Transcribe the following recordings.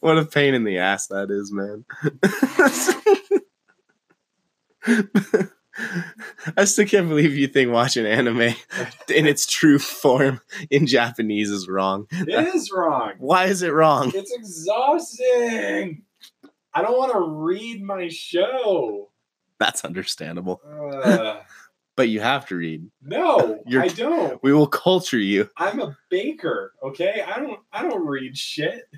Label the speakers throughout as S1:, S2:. S1: What a pain in the ass that is, man. I still can't believe you think watching anime in its true form in Japanese is wrong.
S2: It is wrong.
S1: Why is it wrong?
S2: It's exhausting. I don't want to read my show.
S1: That's understandable.
S2: Uh,
S1: But you have to read.
S2: no,
S1: You're-
S2: I don't.
S1: We will culture you.
S2: I'm a baker. Okay, I don't. I don't read shit.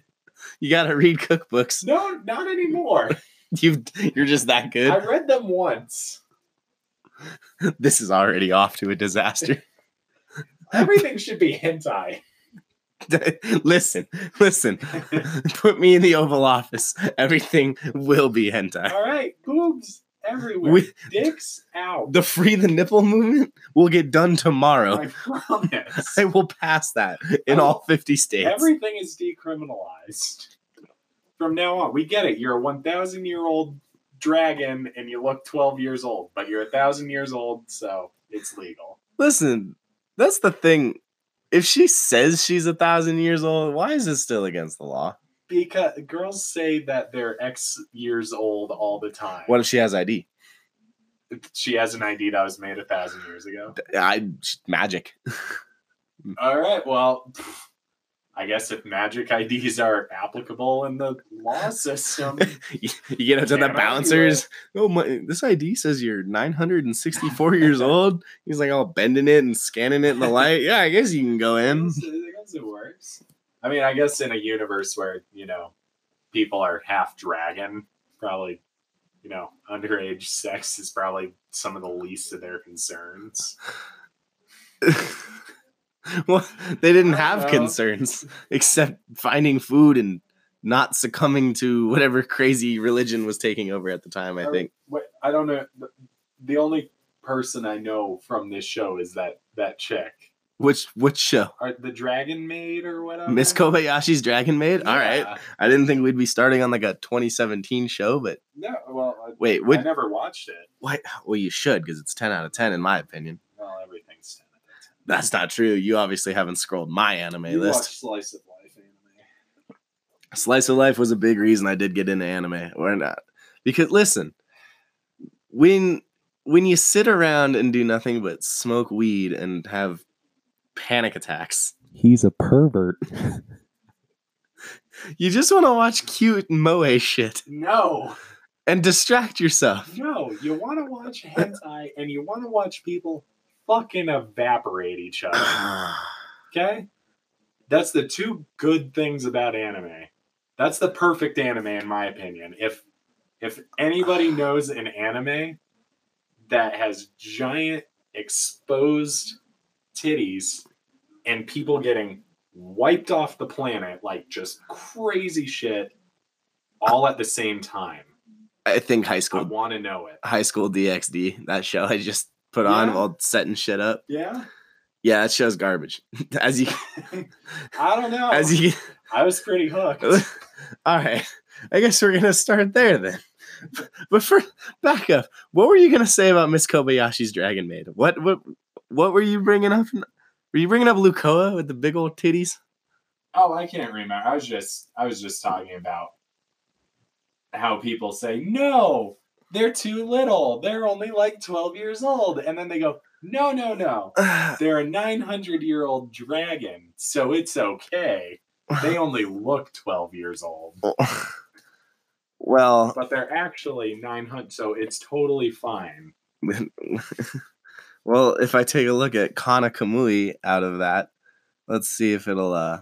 S1: You got to read cookbooks.
S2: No, not anymore.
S1: You you're just that good.
S2: I read them once.
S1: This is already off to a disaster.
S2: Everything should be hentai.
S1: listen, listen. Put me in the Oval Office. Everything will be hentai.
S2: All right, boobs everywhere,
S1: We,
S2: dicks out.
S1: the free the nipple movement will get done tomorrow.
S2: I promise.
S1: I will pass that in all 50 states.
S2: Everything is decriminalized from now on. We get it. You're a 1,000 year old dragon and you look 12 years old, but you're a 1,000 years old, so it's legal.
S1: Listen, that's the thing. If she says she's a thousand years old, why is it still against the law?
S2: Because girls say that they're X years old all the time.
S1: What if she has ID?
S2: She has an ID that was made a thousand years ago.
S1: I magic.
S2: All right, well, pff, I guess if magic IDs are applicable in the law system,
S1: You get up to the
S2: Damn, I knew
S1: bouncers. Oh my! This ID says you're 964 years old. He's like all bending it and scanning it in the light. Yeah, I guess you can go
S2: I
S1: in.
S2: guess, I guess it works. I mean, I guess in a universe where you know people are half dragon, probably you know underage sex is probably some of the least of their concerns.
S1: well, they didn't
S2: I don't
S1: have
S2: know.
S1: concerns except finding food and not succumbing to whatever crazy religion was taking over at the time. I
S2: Are-
S1: think.
S2: What I don't know. the- The only person I know from this show is that that chick,
S1: Which which show?
S2: Are the dragon maid or whatever.
S1: Miss Kobayashi's Dragon Maid. All right.
S2: Um, Yeah.
S1: I didn't think we'd be starting on like a 2017 show, but
S2: No, well, I,
S1: wait,
S2: I
S1: what?
S2: never watched it.
S1: Why? Well, you should because it's 10 out of 10 in my opinion.
S2: Well, everything's ten out of ten.
S1: That's not true. You obviously haven't scrolled my anime
S2: You
S1: list.
S2: watch slice of life anime.
S1: Slice of life was a big reason I did get into anime or not. Because listen, when when you sit around and do nothing but smoke weed and have panic attacks,
S3: He's a pervert.
S1: you just want to watch cute moe shit
S2: No.
S1: and distract yourself.
S2: No, you want to watch hentai and you want to watch people fucking evaporate each other. Okay? That's the two good things about anime. That's the perfect anime in my opinion. If if anybody knows an anime that has giant exposed titties and people getting wiped off the planet like just crazy shit all at the same time.
S1: I think high
S2: I
S1: school
S2: want to know it.
S1: high school DxD that show I just put on
S2: Yeah.
S1: while setting shit up.
S2: Yeah?
S1: Yeah, that show's garbage. As you
S2: I don't know.
S1: as you
S2: I was pretty hooked.
S1: All right. I guess we're gonna start there then. But for back up, what were you gonna say about Miss Kobayashi's Dragon Maid? What what what were you bringing up? Were you bringing up Lukoa with the big old titties?
S2: Oh, I can't remember. I was just I was just talking about how people say, "No, they're too little. They're only like 12 years old." And then they go, "No, no, no. They're a 900-year-old dragon, so it's okay. They only look 12 years old,
S1: well,
S2: but they're actually 900, so it's totally fine."
S1: well, if I take a look at Kana Kamui out of that, let's see if it'll uh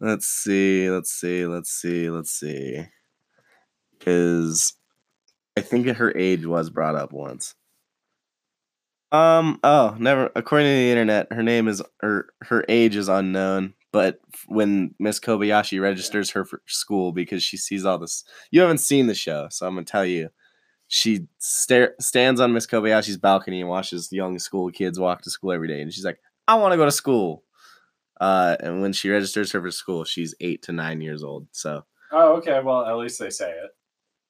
S1: let's see, let's see, let's see, let's see. Cause I think her age was brought up once. Um oh, never according to the internet, her name is her her age is unknown, but when Miss Kobayashi registers her for school because she sees all this you haven't seen the show, so I'm gonna tell you. She stare, stands on Miss Kobayashi's balcony and watches young school kids walk to school every day, and she's like, "I want to go to school." Uh, and when she registers her for school, she's eight to nine years old. So,
S2: Oh, okay. Well, at least they say it.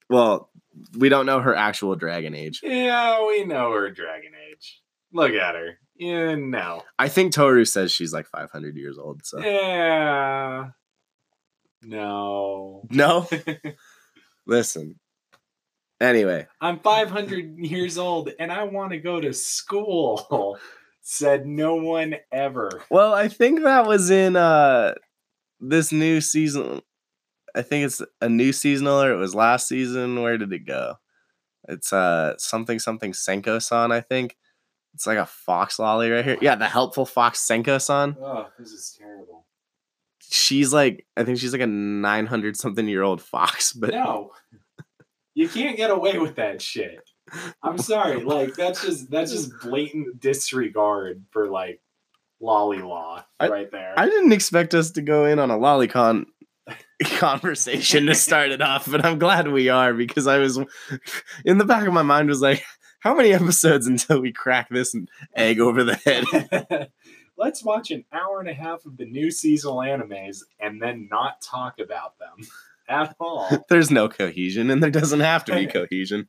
S1: well, we don't know her actual dragon age.
S2: Yeah, we know her dragon age. Look at her. Yeah, no.
S1: I think Toru says she's like 500 years old. So,
S2: Yeah. No.
S1: No? Listen. Anyway,
S2: I'm 500 years old and I want to go to school. Said no one ever.
S1: well, I think that was in uh this new season. I think it's a new seasonal or it was last season. Where did it go? It's uh something something Senko san, I think. It's like a fox lolly right here. Yeah, the helpful fox Senko san.
S2: Oh, this is terrible.
S1: She's like I think she's like a 900 something year old fox, but
S2: no. You can't get away with that shit. I'm sorry. Like that's just that's just blatant disregard for like lolly law
S1: I-
S2: right there.
S1: I didn't expect us to go in on a lolicon conversation to start it off, but I'm glad we are because I was in the back of my mind was like, how many episodes until we crack this egg over the head?
S2: Let's watch an hour and a half of the new seasonal animes and then not talk about them at all.
S1: There's no cohesion, and there doesn't have to be cohesion.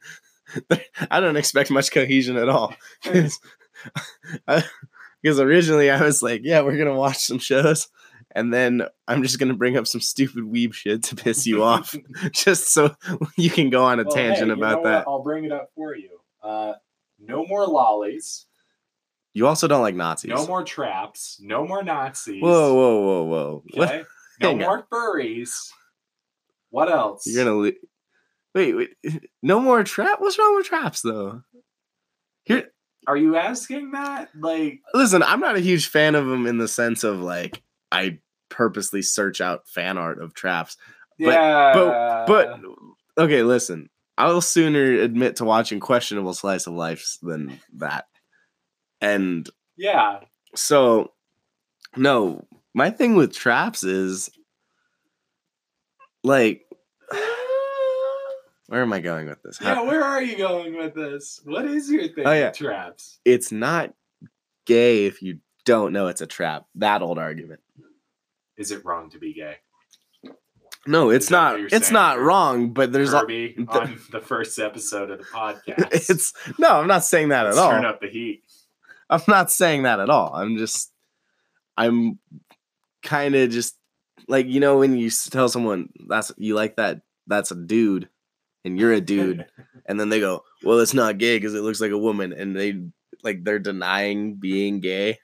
S1: I don't expect much cohesion at all because originally I was like, yeah, we're gonna watch some shows. And then I'm just gonna bring up some stupid weeb shit to piss you off, just so you can go on a
S2: Well, hey,
S1: tangent
S2: you know
S1: about
S2: what?
S1: that.
S2: I'll bring it up for you. Uh, no more lollies.
S1: You also don't like Nazis.
S2: No more traps. No more Nazis.
S1: whoa, whoa, whoa, whoa! What?
S2: Okay? No
S1: Hang on.
S2: more furries. What else?
S1: You're gonna lo- wait, wait. No more trap. What's wrong with traps though? Here,
S2: Are you asking that? Like,
S1: listen. I'm not a huge fan of them in the sense of like I purposely search out fan art of traps. But-
S2: yeah. Uh.
S1: But okay, listen. I'll sooner admit to watching questionable slice of life than that. And
S2: yeah,
S1: so, no, my thing with traps is like. Where am I going with this? How-
S2: yeah. Where are you going with this? What is your thing?
S1: Oh,
S2: with
S1: yeah.
S2: Traps.
S1: it's not gay if you don't know it's a trap. That old argument.
S2: Is it wrong to be gay?
S1: No, it's
S2: Is that
S1: not.
S2: what you're
S1: It's
S2: saying,
S1: not
S2: Kirby?
S1: wrong, but there's a,
S2: Kirby
S1: th-
S2: on the first episode of the podcast.
S1: it's no. I'm not saying that at
S2: Let's turn
S1: all.
S2: up the heat.
S1: I'm not saying that at all. I'm just. I'm kind of just like you know when you s- tell someone that's you like that that's a dude and you're a dude and then they go well it's not gay because it looks like a woman and they like they're denying being gay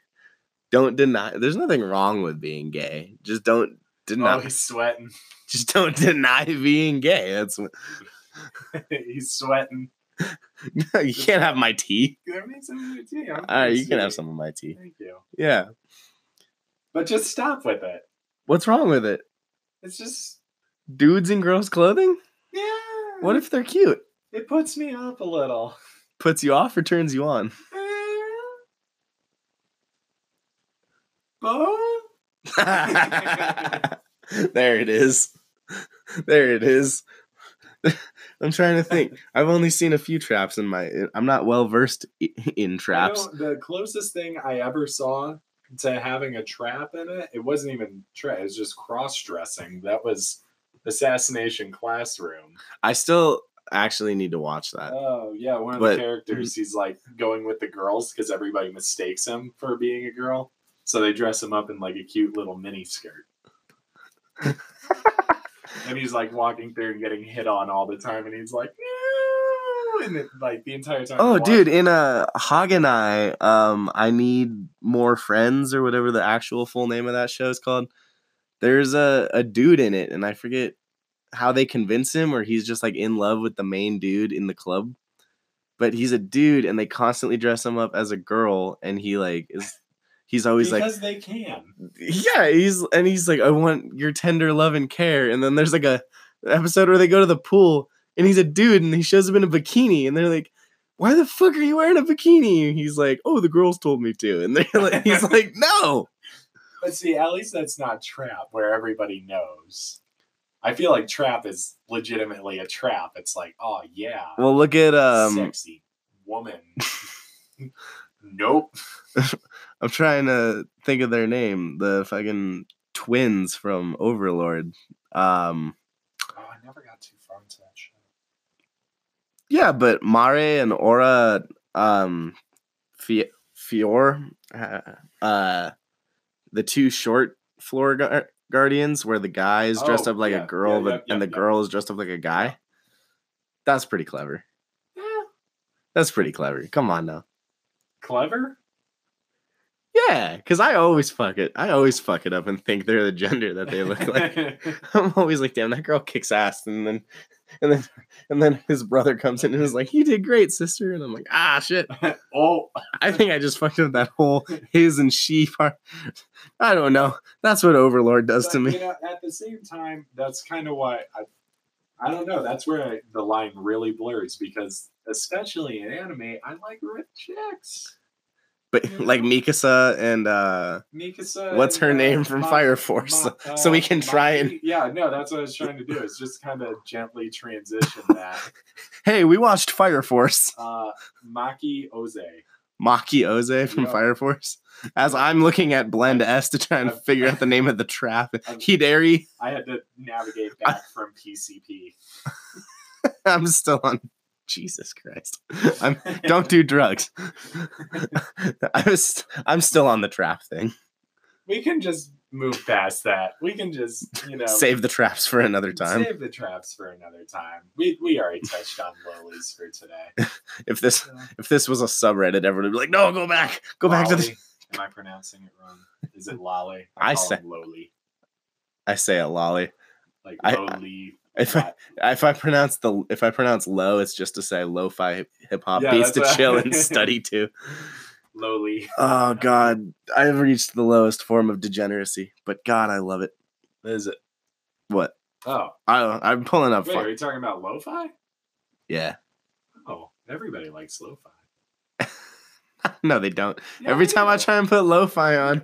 S1: don't deny there's nothing wrong with being gay just don't deny
S2: Oh, he's sweating.
S1: just don't deny being gay. That's what,
S2: he's sweating.
S1: you can't have my tea.
S2: Give me some of your tea. I'm
S1: All right, you can have
S2: thirsty.
S1: some of my tea.
S2: Thank you.
S1: Yeah.
S2: But just stop with it.
S1: What's wrong with it?
S2: It's just
S1: Dudes in gross clothing?
S2: yeah. Mm.
S1: What if they're cute?
S2: it puts me up a little?
S1: Puts you off or turns you on?
S2: Both.
S1: there it is. There it is. I'm trying to think. I've only seen a few traps in my. I'm not well versed in traps.
S2: You know, the closest thing I ever saw to having a trap in it, it wasn't even trap. It was just cross dressing. That was assassination classroom.
S1: I still actually need to watch that.
S2: Oh yeah, one of
S1: But-
S2: the characters he's like going with the girls because everybody mistakes him for being a girl, so they dress him up in like a cute little mini skirt. and he's like walking through and getting hit on all the time, and he's like, no, and it, like the entire time.
S1: Oh,
S2: you're
S1: dude,
S2: watching-
S1: in a Hog and I, um, I need more friends or whatever the actual full name of that show is called. There's a, a dude in it, and I forget how they convince him, or he's just like in love with the main dude in the club. But he's a dude, and they constantly dress him up as a girl, and he like is he's always like
S2: because they can.
S1: yeah he's and he's like i want your tender love and care and then there's like a episode where they go to the pool and he's a dude and he shows up in a bikini and they're like why the fuck are you wearing a bikini and he's like oh the girls told me to and they're like he's like no
S2: But see, at least that's not trap where everybody knows. I feel like trap is legitimately a trap. It's like, oh yeah,
S1: well look at um
S2: sexy woman. nope.
S1: i'm trying to think of their name the fucking twins from overlord um
S2: Oh, I never got too far into that show.
S1: yeah but mare and aura um Fi- fior uh, uh the two short floor guard Guardians where the guy is dressed
S2: Oh,
S1: up like
S2: yeah,
S1: a girl,
S2: yeah,
S1: but
S2: yeah,
S1: and
S2: yeah,
S1: the
S2: yeah.
S1: girl is dressed up like a guy. That's pretty clever.
S2: Eh,
S1: That's pretty clever. Come on now.
S2: clever.
S1: Yeah, because I always fuck it. I always fuck it up and think they're the gender that they look like. I'm always like, damn, that girl kicks ass, and then, and then, and then his brother comes in and is like, you did great, sister, and I'm like, ah, shit.
S2: oh,
S1: I think I just fucked up that whole his and she part. I don't know. That's what Overlord does
S2: but,
S1: to
S2: You
S1: me.
S2: know, at the same time, that's kind of why I, I don't know. That's where I, the line really blurs because, especially in anime, I like red chicks.
S1: But like Mikasa and uh
S2: Mikasa.
S1: What's
S2: and,
S1: her
S2: uh,
S1: name from
S2: Ma-
S1: Fire Force?
S2: Ma- uh,
S1: So we can try
S2: Maki- Yeah, no, that's what I was trying to do. Is just kind of gently transition that.
S1: Hey, we watched Fire Force.
S2: Uh, Maki Oze.
S1: Maki Oze from
S2: Yeah.
S1: Fire Force. As I'm looking at Blend S to try and
S2: I've-
S1: figure out the name of the trap.
S2: I've-
S1: Hidari.
S2: I had to navigate back from PCP.
S1: I'm still on Jesus Christ. I'm don't do drugs. I was I'm still on the trap thing.
S2: We can just move past that. We can just, you know,
S1: Save the traps for another time.
S2: Save the traps for another time. We we already touched on lilies for today.
S1: If this if this was a subreddit, everyone would be like, "No, go back, go back to the."
S2: Lolly? Am I pronouncing it wrong? Is it lolly?
S1: I
S2: call
S1: say-
S2: him lowly.
S1: I say it, lolly.
S2: Like
S1: I-
S2: lowly.
S1: If I if I pronounce the if I pronounce low, it's just to say lo-fi hip hop
S2: Yeah,
S1: beats to
S2: that's what-
S1: chill and study to.
S2: lowly.
S1: Oh God, I've reached the lowest form of degeneracy, but God, I love it.
S2: Is it?
S1: What?
S2: Oh,
S1: I I'm pulling up.
S2: wait.
S1: Oh, fuck-
S2: Are you talking about lo-fi?
S1: Yeah.
S2: Oh, everybody likes lo-fi.
S1: No, they don't.
S2: Yeah,
S1: Every time I
S2: do.
S1: try and put lo-fi on,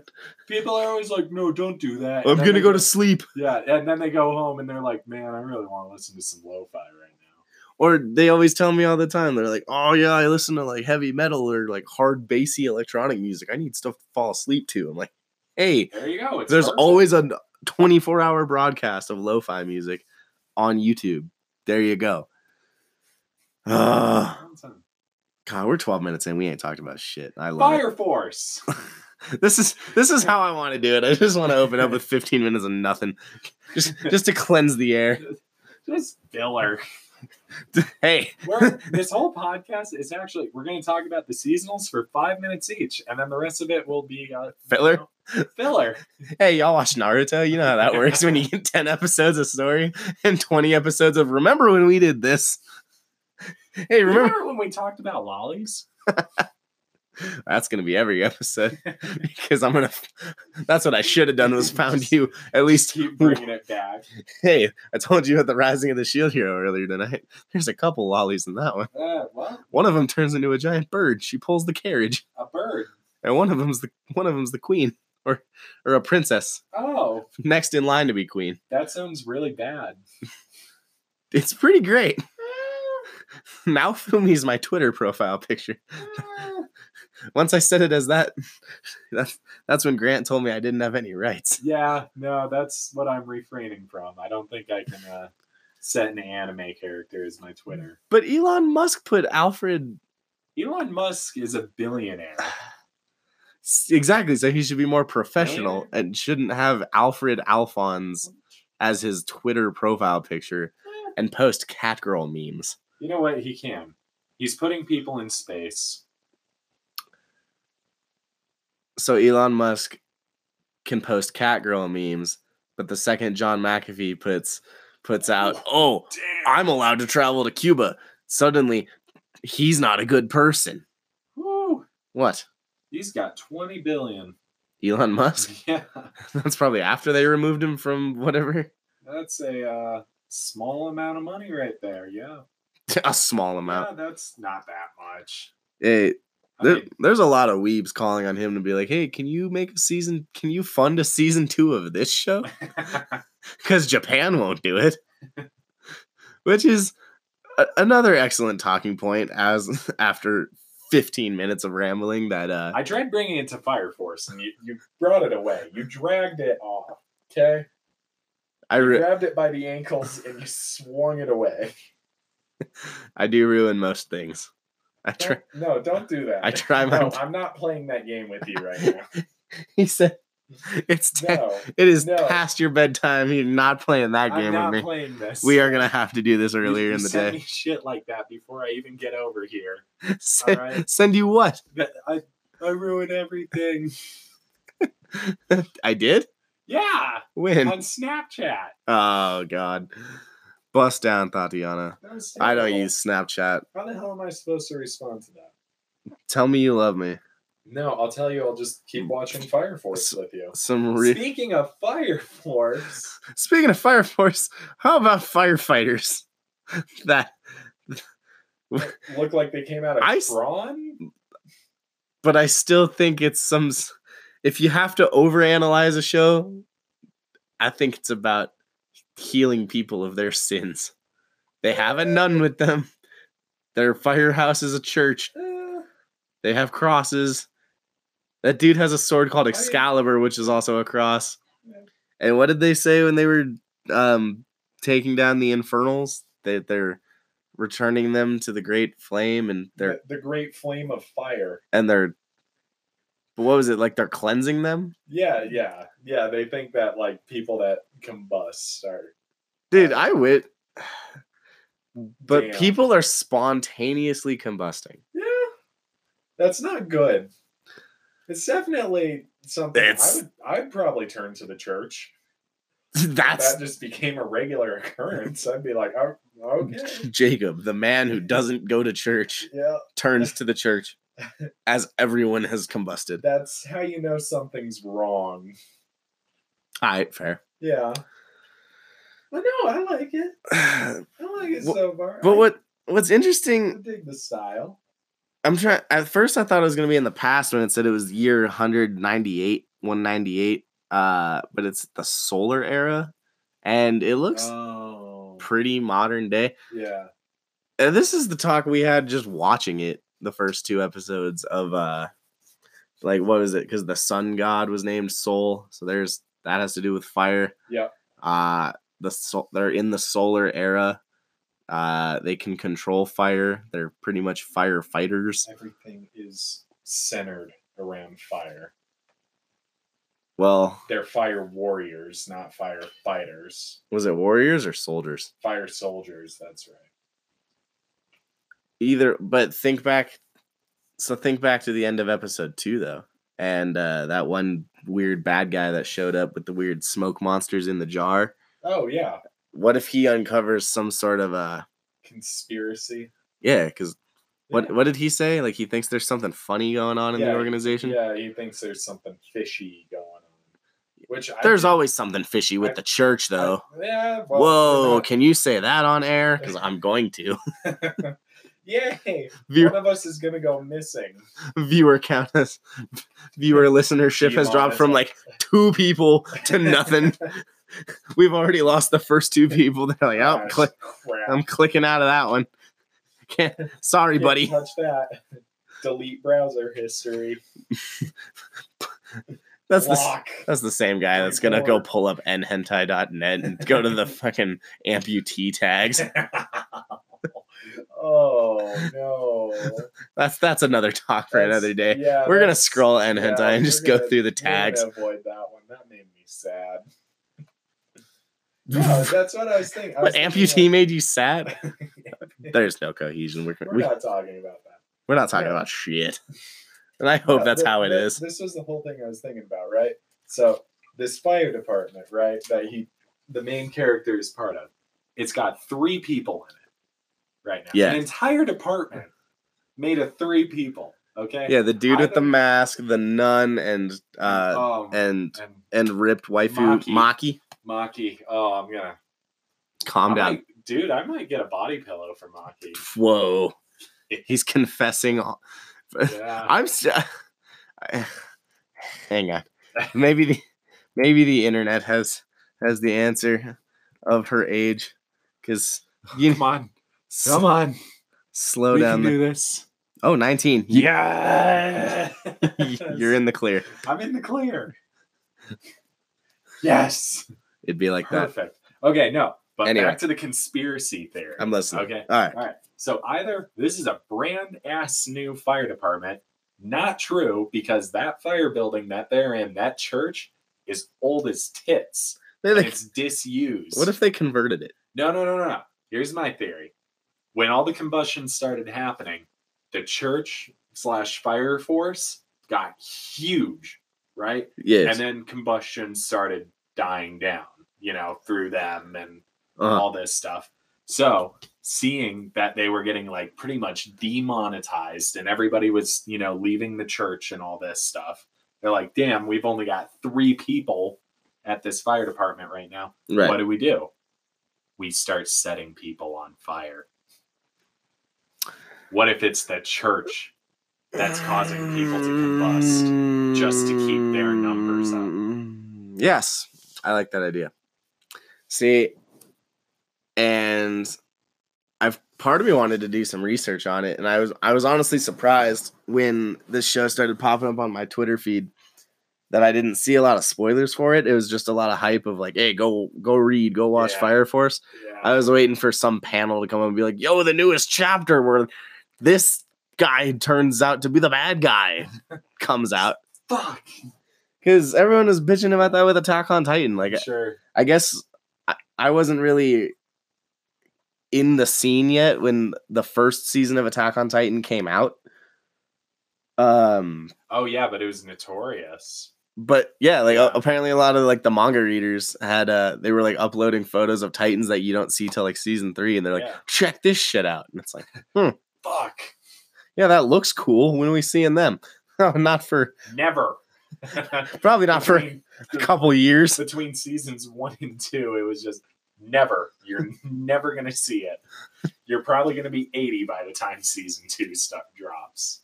S2: people are always like, "No, don't do that."
S1: I'm
S2: And then
S1: gonna
S2: they
S1: go to sleep.
S2: Yeah, and then they go home and they're like, "Man, I really want to listen to some lo-fi right now."
S1: Or they always tell me all the time, they're like, "Oh yeah, I listen to like heavy metal or like hard bassy electronic music. I need stuff to fall asleep to." I'm like, "Hey,
S2: There you go. It's
S1: There's
S2: perfect.
S1: always a 24 hour broadcast of lo fi music on YouTube. There you go. Ugh. God, we're 12 minutes in. We ain't talked about shit. I love
S2: Fire Force.
S1: it. This is this is how I want to do it. I just want to open up with 15 minutes of nothing, just just to cleanse the air.
S2: Just filler.
S1: Hey,
S2: We're, this whole podcast is actually we're going to talk about the seasonals for five minutes each, and then the rest of it will be uh,
S1: Filler?
S2: you know, filler.
S1: hey, y'all watch Naruto? You know how that works when you get 10 episodes of story and 20 episodes of remember when we did this. Hey,
S2: Remember,
S1: remember
S2: when we talked about lollies?
S1: That's gonna be every episode because I'm gonna. That's what I should have done was found you at least.
S2: Keep bringing it back.
S1: Hey, I told you at the Rising of the Shield Hero earlier tonight. There's a couple lollies in that one.
S2: Uh, well,
S1: One of them turns into a giant bird. She pulls the carriage,
S2: a bird.
S1: and one of them's the one of them's the queen or or a princess
S2: Oh,
S1: next in line to be queen.
S2: that sounds really bad.
S1: It's pretty great. Now Fumi's my Twitter profile picture. Once I said it as that, that's that's when Grant told me I didn't have any rights.
S2: yeah, no, that's what I'm refraining from. I don't think I can uh, set an anime character as my Twitter.
S1: But Elon Musk put Alfred
S2: Elon Musk is a billionaire.
S1: S- Exactly. So he should be more professional
S2: Yeah.
S1: and shouldn't have Alfred Alphonse as his Twitter profile picture and post catgirl memes.
S2: You know what? He can. He's putting people in space.
S1: So Elon Musk can post catgirl memes, but the second John McAfee puts puts out, "Oh,
S2: Damn.
S1: I'm allowed to travel to Cuba." Suddenly, he's not a good person.
S2: Woo.
S1: What?
S2: He's got 20 billion.
S1: Elon Musk?
S2: Yeah.
S1: That's probably after they removed him from whatever.
S2: That's a uh, small amount of money right there. Yeah.
S1: a small amount.
S2: Yeah, that's not that much.
S1: It,
S2: I
S1: There,
S2: mean,
S1: there's a lot of weebs calling on him to be like, "Hey, can you make a season? Can you fund a season two of this show? Because Japan won't do it." Which is a- another excellent talking point. As after 15 minutes of rambling, that uh,
S2: I tried bringing it to Fire Force and you, you brought it away. You dragged it off. Okay.
S1: I ru-
S2: grabbed it by the ankles and you swung it away.
S1: I do ruin most things. I try.
S2: Don't- no, don't do that.
S1: I try my.
S2: No, I'm not playing that game with you right now.
S1: he said. It's te-
S2: No,
S1: it is
S2: no.
S1: past your bedtime. You're not playing that
S2: I'm
S1: game
S2: not
S1: with me.
S2: playing this.
S1: We are gonna have to do this
S2: You-
S1: earlier
S2: you
S1: in the
S2: sent
S1: day.
S2: Me shit like that before I even get over here. All
S1: send,
S2: right,
S1: send you what?
S2: That- I I ruin everything.
S1: I did?
S2: Yeah,
S1: When?
S2: on Snapchat.
S1: Oh god. Bust down, Tatiana.
S2: That was
S1: I don't
S2: terrible.
S1: use Snapchat.
S2: How the hell am I supposed to respond to that?
S1: Tell me you love me.
S2: No, I'll tell you. I'll just keep watching Fire Force with you.
S1: Some re-
S2: Speaking of Fire Force,
S1: Speaking of Fire Force, how about firefighters? that
S2: look like they came out of
S1: I
S2: I
S1: s-
S2: Thrawn.
S1: but I still think it's some s- if you have to overanalyze a show, I think it's about healing people of their sins. They have a nun with them. Their firehouse is a church.
S2: Uh,
S1: They have crosses. That dude has a sword called
S2: I-
S1: Excalibur, which is also a cross.
S2: Oh, Yeah.
S1: And what did they say when they were um, taking down the Infernals? That they're returning them to the Great Flame, and they're
S2: the, the Great Flame of Fire.
S1: and they're. But what was it like? They're cleansing them,
S2: Yeah, yeah, yeah. They think that like people that combust are
S1: dude. I wit. But
S2: Damn.
S1: people are spontaneously combusting.
S2: yeah. That's not good. It's definitely something
S1: It's-
S2: I would I'd probably turn to the church. If
S1: That's
S2: that just became a regular occurrence. I'd be like, "Oh, okay,
S1: Jacob, the man who doesn't go to church,
S2: yeah.
S1: turns to the church as everyone has combusted.
S2: That's how you know something's wrong.
S1: All right, fair.
S2: Yeah. But no, I like it.
S1: but
S2: I like it
S1: Wha-
S2: so far. I-
S1: what what's
S2: I
S1: interesting,
S2: dig the style.
S1: I'm trying. At first, I thought it was gonna be in the past when it said it was year 198, 198. Uh, but it's the solar era, and it looks
S2: Oh.
S1: pretty modern day.
S2: Yeah.
S1: And this is the talk we had just watching it. The first two episodes of uh, like what was it? Because the sun god was named Sol, so there's that has to do with fire.
S2: Yep.
S1: uh the sol- they're in the solar era uh they can control fire they're pretty much firefighters
S2: Everything is centered around fire.
S1: well
S2: They're fire warriors, not firefighters.
S1: was it warriors or soldiers
S2: Fire soldiers, that's right.
S1: either but think back so think back to the end of episode two though and uh that one weird bad guy that showed up with the weird smoke monsters in the jar
S2: Oh, yeah.
S1: what if he uncovers some sort of uh
S2: Conspiracy.
S1: yeah because what
S2: Yeah.
S1: what did he say like he thinks there's something funny going on in
S2: Yeah,
S1: the organization
S2: Yeah, he thinks there's something fishy going on. Which I
S1: there's
S2: think-
S1: always something fishy with
S2: I-
S1: the church
S2: I-
S1: though
S2: yeah. well,
S1: Whoa,
S2: we're
S1: can you say that on air? Because I'm going to.
S2: not- Yay!
S1: Viewer,
S2: One of us is gonna go missing.
S1: viewer count has, viewer listenership has
S2: Elon
S1: dropped
S2: is
S1: from like two people to nothing. We've already lost the first two people. They're like, oh,
S2: Gosh,
S1: click,
S2: crap.
S1: I'm clicking out of that one. Can't, sorry,
S2: Can't
S1: buddy.
S2: Touch that. Delete browser history.
S1: That's the s-
S2: Block.
S1: that's the same guy that's gonna go pull up nhentai.net and go to the fucking amputee tags.
S2: oh no.
S1: That's that's another talk for
S2: That's-
S1: another day.
S2: Yeah,
S1: We're gonna
S2: that's-
S1: scroll
S2: yeah,
S1: nhentai
S2: we're
S1: and just go
S2: gonna-
S1: through the
S2: we're gonna
S1: tags.
S2: Avoid that one. That made me sad. No, that's what I was thinking. I
S1: What
S2: was thinking,
S1: amputee made you sad?
S2: like,
S1: There's no cohesion. We're
S2: We're
S1: we,
S2: not talking about that.
S1: we're not talking
S2: yeah.
S1: about shit. And I hope
S2: No,
S1: Oh, that's
S2: thi-
S1: how it
S2: thi-
S1: is.
S2: This was the whole thing I was thinking about, right? So this fire department, right, that he the main character is part of. It's got three people in it right now.
S1: Yeah.
S2: An entire department made of three people. Okay.
S1: Yeah, the dude
S2: I
S1: with the
S2: don't-
S1: mask, the nun, and uh,
S2: oh, and,
S1: and and ripped waifu
S2: Maki.
S1: Maki.
S2: Maki. Oh, I'm gonna
S1: Calm
S2: I
S1: down.
S2: might- dude, I might get a body pillow for Maki.
S1: Whoa, he's confessing. All...
S2: Yeah.
S1: I'm. s Hang on. Maybe the maybe the internet has has the answer of her age, because you
S2: Come on.
S1: s-
S2: Come on.
S1: slow
S2: we
S1: down.
S2: can
S1: The...
S2: do this.
S1: Oh, 19.
S2: Yeah.
S1: You're in the clear.
S2: I'm in the clear. Yes.
S1: It'd be like that.
S2: Perfect. Okay, no. But
S1: Anyway.
S2: back to the conspiracy theory.
S1: I'm listening.
S2: Okay.
S1: All right.
S2: All right. So either this is a brand ass new fire department, not true because that fire building that they're in, that church is old as tits.
S1: They,
S2: and
S1: they,
S2: it's disused.
S1: what if they converted it?
S2: No, no, no, no, no. Here's my theory. When all the combustion started happening, the church slash fire force got huge, right?
S1: Yes.
S2: And then combustion started dying down, you know, through them and
S1: Uh-huh.
S2: all this stuff. So, seeing that they were getting like pretty much demonetized and everybody was, you know, leaving the church and all this stuff, they're like, damn, we've only got three people at this fire department right now
S1: Right.
S2: what do we do? We start setting people on fire. What if it's the church that's causing people to combust? just to keep their numbers up.
S1: up. Mm, Yes, I like that idea. See, and I've part of me wanted to do some research on it, and I was I was honestly surprised when this show started popping up on my Twitter feed that I didn't see a lot of spoilers for it. It was just a lot of hype of like, hey, go go read, go watch
S2: Yeah.
S1: Fire Force.
S2: Yeah.
S1: I was waiting for some panel to come up and be like, yo, the newest chapter where this guy turns out to be the bad guy comes out.
S2: Fuck.
S1: Because everyone was bitching about that with Attack on Titan. Like,
S2: Sure.
S1: I guess I, I wasn't really in the scene yet when the first season of Attack on Titan came out. Um,
S2: Oh yeah, but it was notorious.
S1: but yeah, like
S2: Yeah.
S1: a- apparently a lot of like the manga readers had uh they were like uploading photos of Titans that you don't see till like season three, and they're like,
S2: Yeah.
S1: check this shit out, and it's like,
S2: Fuck.
S1: yeah, that looks cool. When are we seeing them? Oh, not for
S2: Never.
S1: probably not for a
S2: between,
S1: couple years.
S2: between seasons one and two, it was just never. You're never gonna see it. You're probably gonna be 80 by the time season two stuff drops.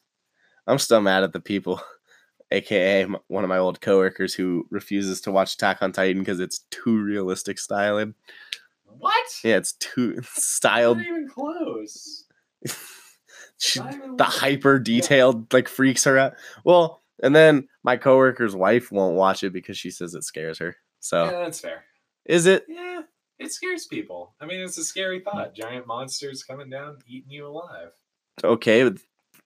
S1: I'm still mad at the people, aka m- one of my old coworkers who refuses to watch Attack on Titan because it's too realistic styling.
S2: What?
S1: Yeah, it's too
S2: Not
S1: styled.
S2: even close.
S1: she-
S2: Not even
S1: the
S2: close.
S1: hyper detailed like freaks her out. Well, and then my coworker's wife won't watch it because she says it scares her.
S2: Yeah,
S1: So
S2: that's fair.
S1: is it?
S2: Yeah, it scares people. I mean, it's a scary thought. Giant monsters coming down, eating you alive.
S1: okay. but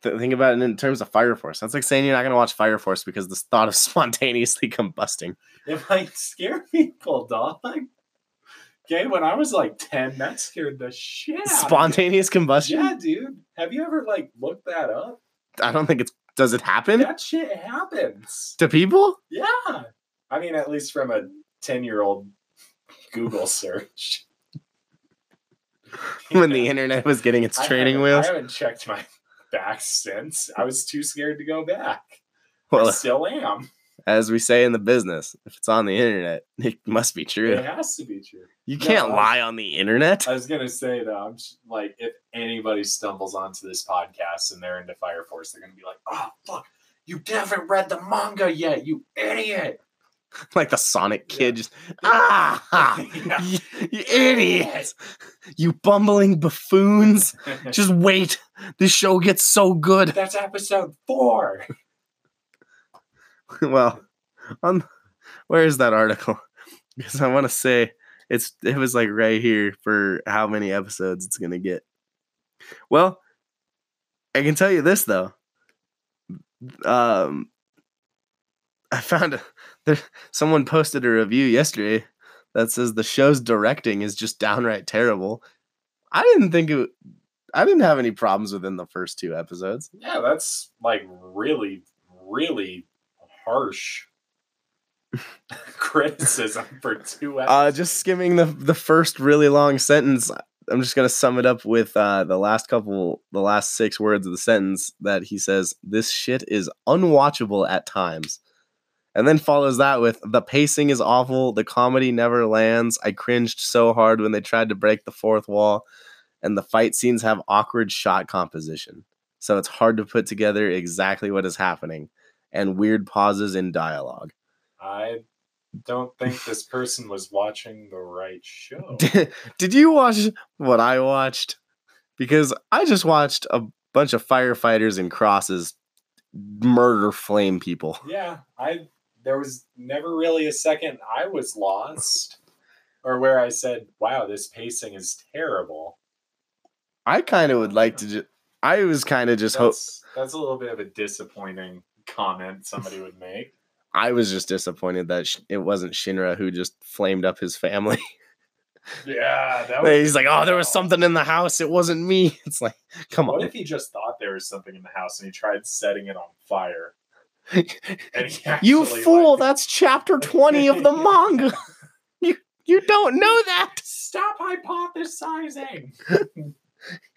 S1: th- think about it in terms of Fire Force. That's like saying you're not going to watch Fire Force because the thought of spontaneously combusting.
S2: It might scare people, dog. Okay, when I was like 10, that scared the shit out of me.
S1: Spontaneous combustion?
S2: Yeah, dude. Have you ever like looked that up?
S1: I don't think it's. Does it happen
S2: That shit happens.
S1: to people?
S2: Yeah. I mean, at least from a 10 year old Google search.
S1: when
S2: Yeah.
S1: the internet was getting its
S2: I
S1: training
S2: haven't-
S1: wheels.
S2: I haven't checked my back since. I was too scared to go back. I
S1: Well,
S2: still am.
S1: as we say in the business, if it's on the internet, it must be true.
S2: It has to be true.
S1: You
S2: No,
S1: can't
S2: I-
S1: lie on the internet.
S2: I was gonna say though, I'm s- like, if anybody stumbles onto this podcast and they're into Fire Force, they're gonna be like, "Oh fuck, you haven't read the manga yet, you idiot!"
S1: like the Sonic
S2: Yeah.
S1: kid just, ah, ha,
S2: Yeah.
S1: you, you idiots, you bumbling buffoons. Just wait. This show gets so good.
S2: That's episode four.
S1: well, on where is that article? Because I want to say it's it was like right here for how many episodes it's gonna get. Well, I can tell you this though. Um, I found a, there someone posted a review yesterday that says the show's directing is just downright terrible. I didn't think it. I didn't have any problems within the first two episodes.
S2: Yeah, that's like really, really harsh criticism for two episodes.
S1: Uh, just skimming the the first really long sentence. I'm just gonna sum it up with uh, the last couple, the last six words of the sentence that he says. This shit is unwatchable at times, and then follows that with the pacing is awful. The comedy never lands. I cringed so hard when they tried to break the fourth wall, and the fight scenes have awkward shot composition, so it's hard to put together exactly what is happening, and weird pauses in dialogue.
S2: I don't think this person was watching the right show.
S1: Did, did you watch what I watched? Because I just watched a bunch of firefighters and crosses murder flame people.
S2: Yeah, I there was never really a second I was lost or where I said, "Wow, this pacing is terrible."
S1: I kind of would like to just. I was kind of just hope.
S2: That's, that's a little bit of a disappointing comment somebody would make.
S1: I was just disappointed that sh- it wasn't Shinra who just flamed up his family.
S2: Yeah, that was.
S1: He's like, "Oh, there was something in the house. It wasn't me." It's like, come
S2: What
S1: on.
S2: if he just thought there was something in the house and he tried setting it on fire? And he
S1: You
S2: actually,
S1: fool,
S2: like,
S1: that's chapter 20 of the manga. you you don't know that.
S2: Stop hypothesizing.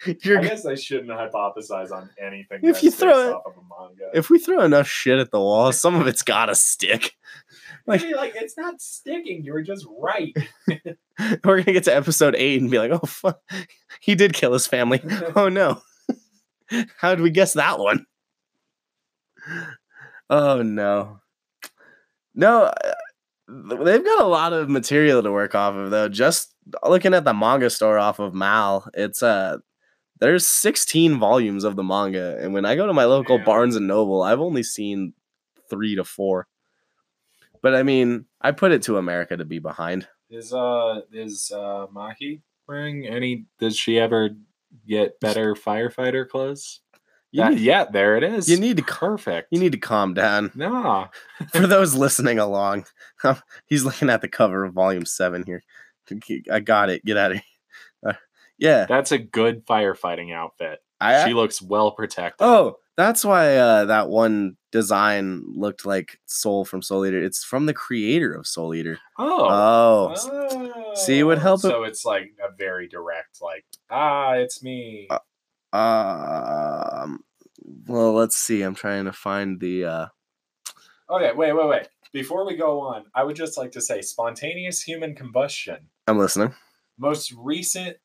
S2: I
S1: You're
S2: guess I shouldn't hypothesize on anything.
S1: If
S2: that's
S1: you throw
S2: based
S1: it-
S2: off of a manga.
S1: if we throw enough shit at the wall, some of it's gotta stick. like-
S2: I mean, like it's not sticking. You were just right.
S1: We're gonna get to episode eight and be like, oh fuck, he did kill his family. Oh no. How did we guess that one? Oh no. No, uh, th- they've got a lot of material to work off of though. Just looking at the manga store off of Mal, it's uh there's 16 volumes of the manga, and when I go to my local
S2: Damn.
S1: Barnes and Noble, I've only seen three to four. But I mean, I put it to America to be behind.
S2: Is uh is uh Mahi wearing any? Does she ever get better firefighter clothes?
S1: You
S2: That-
S1: need-
S2: yeah, there it is.
S1: You need to cal-
S2: perfect.
S1: you need to calm down.
S2: no.
S1: For those listening along, he's looking at the cover of Volume Seven here. I got it. Get out of here. Uh, yeah,
S2: That's a good firefighting outfit.
S1: I.
S2: she looks well protected.
S1: oh, that's why uh, that one design looked like Soul from Soul Eater. It's from the creator of Soul Eater.
S2: oh.
S1: Oh, s- See, it would
S2: Oh.
S1: help if-
S2: So it's like a very direct, like ah, it's me.
S1: Uh, um, well, let's see. I'm trying to find the. Uh,
S2: okay, wait, wait, wait. Before we go on, I would just like to say spontaneous human combustion.
S1: I'm listening.
S2: Most recent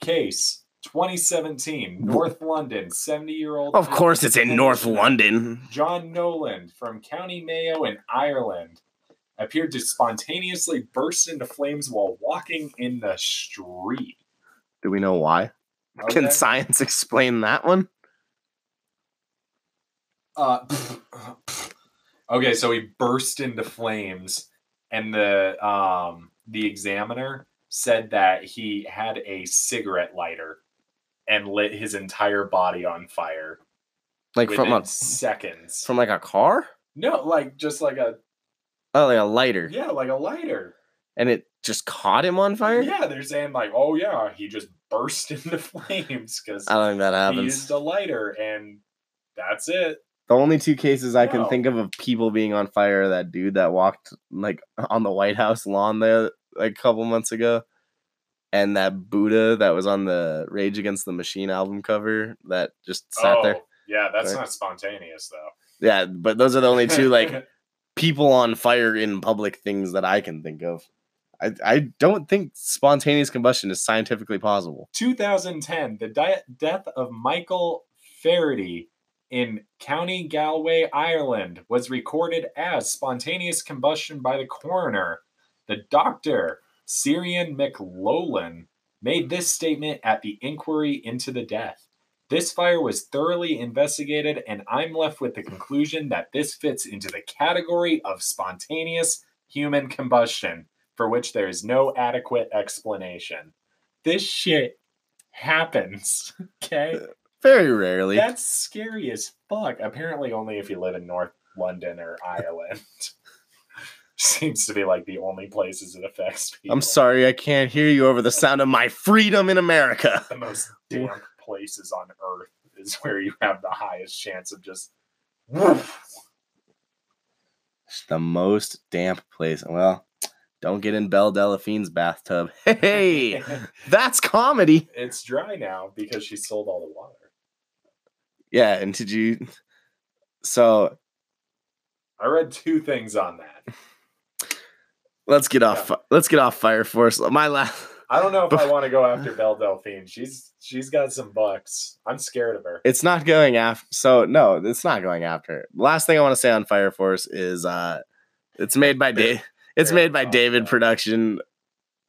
S2: case, 2017,
S1: Wh-
S2: North London, 70 year old.
S1: Of course, it's in North London.
S2: John Noland from County Mayo in Ireland appeared to spontaneously burst into flames while walking in the street.
S1: Do we know why?
S2: Okay?
S1: Can science explain that one?
S2: Uh, okay, so he burst into flames, and the um the examiner said that he had a cigarette lighter and lit his entire body on fire
S1: Like
S2: within
S1: from a
S2: seconds.
S1: from like a car?
S2: no, like just like a
S1: Oh, like a lighter.
S2: yeah, like a lighter.
S1: and it just caught him on fire.
S2: Yeah, they're saying like, oh yeah, he just burst into flames because
S1: I don't think that
S2: he
S1: happens.
S2: used a lighter, and that's it.
S1: The only two cases I can
S2: No.
S1: think of of people being on fire are that dude that walked like on the White House lawn there like a couple months ago, and that Buddha that was on the Rage Against the Machine album cover that just sat there.
S2: Oh, yeah, that's
S1: Right.
S2: not spontaneous though.
S1: Yeah, but those are the only two like people on fire in public things that I can think of. I, I don't think spontaneous combustion is scientifically possible.
S2: 2010, the di- death of Michael Faraday in County Galway, Ireland, was recorded as spontaneous combustion by the coroner. The doctor, Syrian McLolan, made this statement at the inquiry into the death. This fire was thoroughly investigated, and I'm left with the conclusion that this fits into the category of spontaneous human combustion, for which there is no adequate explanation this shit happens. Okay,
S1: Very rarely.
S2: that's scary as fuck. Apparently, only if you live in North London or Ireland. Seems to be like the only places it affects people.
S1: I'm sorry, I can't hear you over the sound of my freedom in America.
S2: The most damp places on earth is where you have the highest chance of just.
S1: It's the most damp place. Well, don't get in Belle Delphine's bathtub. Hey, that's comedy.
S2: it's dry now because she sold all the water.
S1: Yeah, and did you? So
S2: I read two things on that.
S1: let's get off. Let's get off Fire Force. My last.
S2: I don't know if I want to go after Belle Delphine. She's she's got some bucks. I'm scared of her.
S1: It's not going after. So no, it's not going after. Last thing I want to say on Fire Force is, uh, it's made by Dave. It's
S2: Barely
S1: made by
S2: talked
S1: David
S2: about.
S1: Production.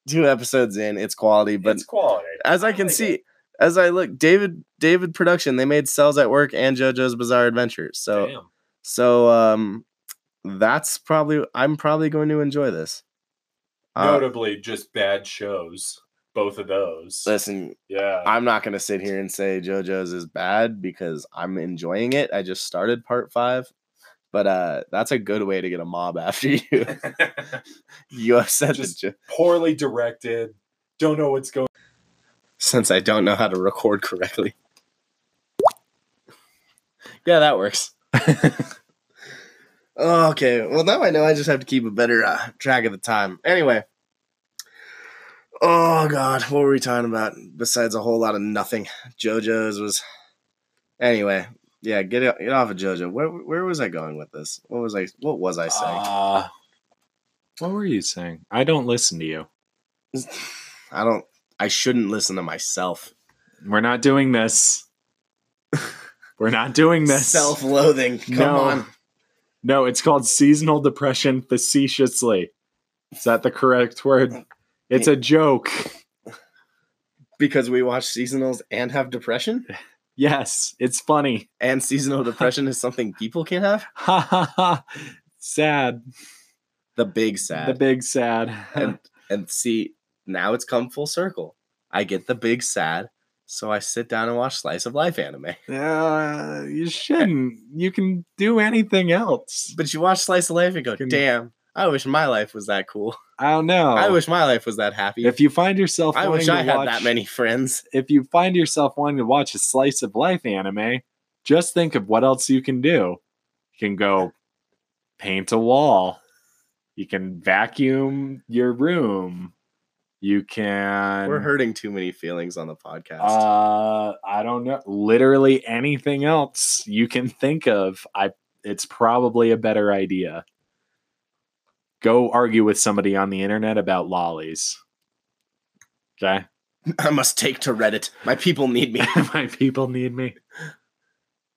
S1: Two episodes in, it's quality, but
S2: it's quality.
S1: as I
S2: like
S1: can
S2: it.
S1: see, as I look, David David Production, they made Cells at Work and JoJo's Bizarre Adventure. So
S2: Damn.
S1: so um, that's probably I'm probably going to enjoy this. Uh,
S2: Notably, just bad shows. Both of those.
S1: listen,
S2: yeah.
S1: I'm not going to sit here and say JoJo's is bad because I'm enjoying it. I just started part five. But uh, that's a good way to get a mob after you. you upset
S2: Just-
S1: the ju-
S2: Poorly directed. Don't know what's going.
S1: since I don't know how to record correctly. Yeah, that works. Oh, okay, well now I know I just have to keep a better uh, track of the time. Anyway. Oh god, what were we talking about besides a whole lot of nothing? JoJo's was Anyway, yeah, get it, get off of JoJo. Where where was I going with this? What was I what was I saying?
S2: Uh, what were you saying? I don't listen to you.
S1: I don't I shouldn't listen to myself.
S2: We're not doing this. We're not doing this.
S1: Self-loathing. Come
S2: No.
S1: on.
S2: No, it's called seasonal depression facetiously. Is that the correct word? It's a joke.
S1: because we watch seasonals and have depression
S2: Yes, it's funny.
S1: and seasonal depression is something people can have
S2: Ha ha ha. Sad.
S1: the big sad
S2: The big sad.
S1: and and see now it's come full circle i get the big sad so i sit down and watch slice of life anime
S2: Uh,
S1: Eh,
S2: you shouldn't. You can do anything else.
S1: but you watch slice of life and go
S2: Can-
S1: damn i wish my life was that cool
S2: I don't know.
S1: i wish my life was that happy
S2: Oh. if you find yourself
S1: i
S2: wanting
S1: wish
S2: to
S1: i had
S2: watch,
S1: that many friends
S2: if you find yourself wanting to watch a slice of life anime, just think of what else you can do. You can go paint a wall. You can vacuum your room. You can
S1: we're hurting too many feelings on the podcast
S2: uh I don't know, literally anything else you can think of. I it's probably a better idea. Go argue with somebody on the internet about lollies. Okay?
S1: i must take to reddit my people need me
S2: My people need me.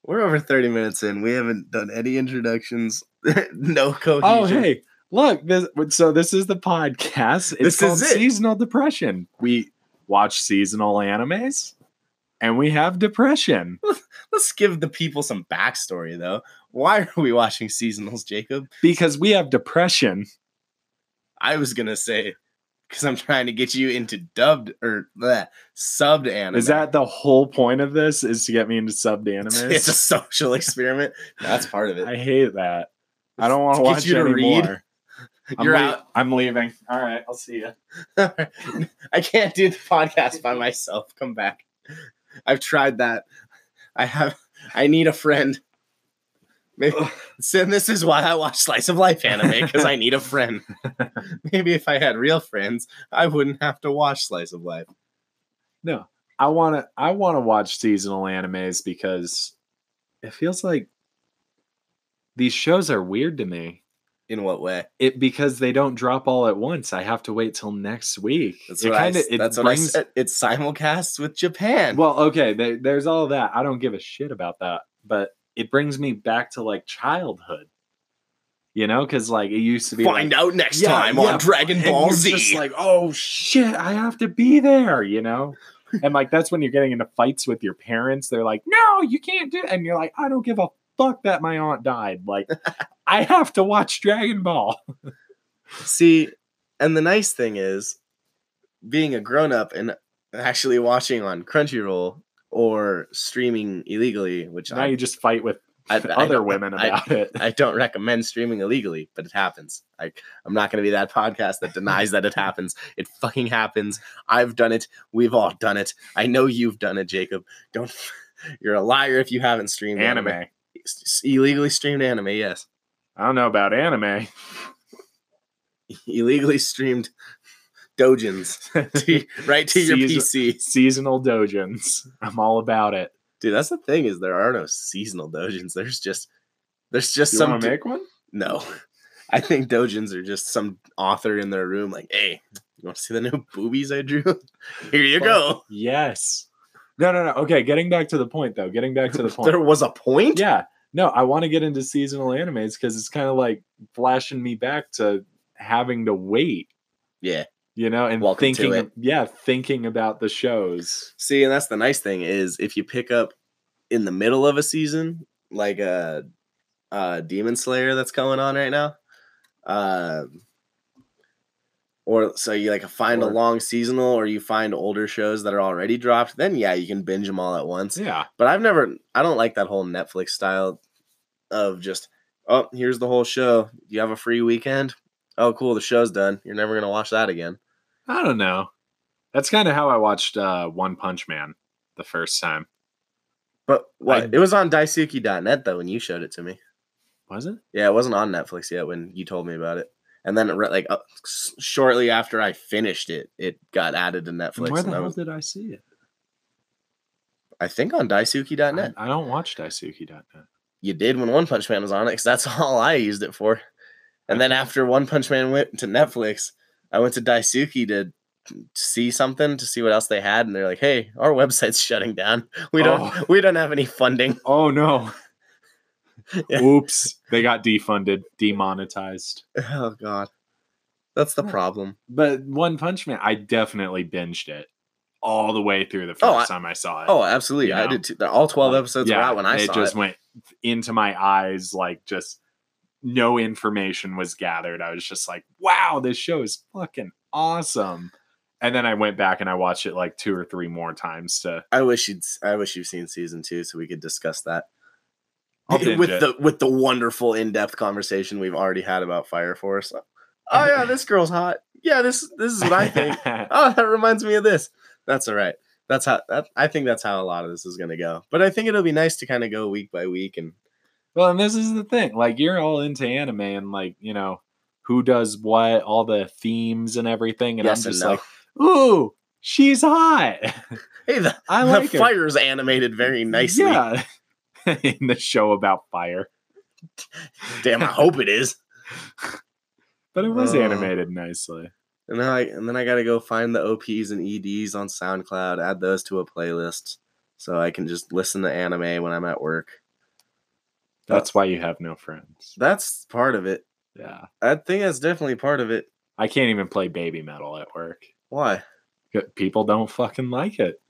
S1: We're over 30 minutes in. We haven't done any introductions. no cohesion.
S2: Oh, hey, look. This, so this is the podcast. It's
S1: This
S2: called
S1: is it.
S2: Seasonal Depression. We watch seasonal animes, and we have depression
S1: Let's give the people some backstory, though. Why are we watching seasonals, Jacob?
S2: because we have depression.
S1: I was going to say, because I'm trying to get you into dubbed or bleh, subbed anime.
S2: Is that the whole point of this? Is to get me into subbed
S1: It's,
S2: animes?
S1: a social experiment. That's part of it.
S2: I hate that. I don't want to
S1: Get
S2: watch
S1: you to
S2: anymore.
S1: read.
S2: I'm
S1: You're
S2: lea-
S1: out.
S2: I'm leaving. All right, I'll see you.
S1: I can't do the podcast by myself. Come back. I've tried that. I have. I need a friend. Maybe, so this is why I watch slice of life anime because I need a friend. Maybe if I had real friends, I wouldn't have to watch slice of life.
S2: I want to. I want to watch seasonal animes because it feels like these shows are weird to me.
S1: In what way?
S2: it because they don't drop all at once. I have to wait till next week.
S1: That's
S2: it
S1: what I.
S2: kinda-
S1: s-
S2: it
S1: that's what I
S2: brings-
S1: said. It's simulcasts with Japan.
S2: Well, okay, there, there's all that. I don't give a shit about that, but it brings me back to like childhood. You know, because like it used to be
S1: find
S2: like,
S1: out next
S2: Yeah,
S1: time
S2: yeah,
S1: on Dragon
S2: and
S1: Ball
S2: you're
S1: Z.
S2: Just like, oh shit, I have to be there. You know. And like that's when you're getting into fights with your parents. They're like, "No, you can't do," it. and you're like, "I don't give a fuck that my aunt died. Like, I have to watch Dragon Ball."
S1: See, and the nice thing is, being a grown up and actually watching on Crunchyroll or streaming illegally, which
S2: Now
S1: I,
S2: you just fight with
S1: I- I
S2: other
S1: don't-
S2: women
S1: I-
S2: about it.
S1: I don't recommend streaming illegally, but it happens. I, I'm not going to be that podcast that denies that it happens. It fucking happens. I've done it. We've all done it. I know you've done it, Jacob. Don't. You're a liar if you haven't streamed
S2: anime.
S1: S- s- Illegally streamed anime, yes.
S2: I don't know about anime.
S1: Illegally streamed dojins to- right to your
S2: Season-
S1: PC.
S2: Seasonal dojins. I'm all about it.
S1: Dude, that's the thing is there are no seasonal dojins. There's just there's just
S2: You
S1: some
S2: want to make one?
S1: no. I think dojins are just some author in their room like, "Hey, you want to see the new boobies I drew? Here you go."
S2: Yes. No, no, no. Okay, getting back to the point though. Getting back to the
S1: There
S2: point.
S1: was a point.
S2: yeah. No, I want to get into seasonal animes because it's kind of like flashing me back to having to wait,
S1: Yeah.
S2: you know, and
S1: Welcome to
S2: thinking,
S1: it.
S2: yeah, thinking about the shows.
S1: See, and that's the nice thing is if you pick up in the middle of a season, like a, uh Demon Slayer that's going on right now, um, or so you like find a
S2: Or-
S1: long seasonal, or you find older shows that are already dropped, then yeah, you can binge them all at once.
S2: Yeah.
S1: But I've never, I don't like that whole Netflix style of just oh, here's the whole show. You have a free weekend? Oh, cool. The show's done. You're never going to watch that again.
S2: I don't know. That's kind of how I watched uh, One Punch Man the first time.
S1: But what?
S2: I-
S1: it was on daisuke.net, though, when you showed it to me.
S2: Was it?
S1: Yeah, it wasn't on Netflix yet when you told me about it. And then, re- like, uh, s- shortly after I finished it, it got added to Netflix.
S2: Where the
S1: and I,
S2: hell
S1: was,
S2: did I see it?
S1: I think on daisuke.net.
S2: I, I don't watch Daisuke.net.
S1: you did when One Punch Man was on it, 'cause that's all I used it for. And then after One Punch Man went to Netflix, I went to Daisuke to see something to see what else they had, and they're like, "Hey, our website's shutting down. We don't
S2: Oh.
S1: we don't have any funding."
S2: Oh no.
S1: Yeah.
S2: Oops. They got defunded, demonetized.
S1: Oh God, that's the
S2: Huh.
S1: problem.
S2: But One Punch Man, I definitely binged it all the way through the first
S1: Oh, I-
S2: time I saw it.
S1: Oh, absolutely,
S2: You
S1: I
S2: know.
S1: did too. All twelve episodes were out when I
S2: it
S1: saw
S2: just
S1: it.
S2: went into my eyes like just no information was gathered. I was just like, wow, this show is fucking awesome. And then I went back and I watched it like two or three more times to
S1: I wish you'd s- I wish you've seen season two so we could discuss that
S2: I'll binge
S1: with
S2: it.
S1: the with the wonderful in depth conversation we've already had about Fire Force. Oh yeah, this girl's hot. Yeah, this this is what I think. oh that reminds me of this that's all right that's how that, i think that's how a lot of this is going to go but i think it'll be nice to kind of go week by week and
S2: Well, and this is the thing. Like you're all into anime and like, you know, who does what, all the themes and everything. And
S1: yes
S2: I'm just
S1: and no
S2: like, ooh, she's hot.
S1: hey the,
S2: I
S1: the
S2: like her.
S1: fire's animated very nicely
S2: Yeah. In the show about fire.
S1: damn i hope it is
S2: But it was
S1: Uh,
S2: animated nicely.
S1: and then i and then i gotta go find the ops and eds on soundcloud add those to a playlist so i can just listen to anime when i'm at work
S2: That's why you have no friends.
S1: that's part of it
S2: Yeah.
S1: i think that's definitely part of it
S2: I can't even play baby metal at work.
S1: why
S2: 'Cause People don't fucking like it.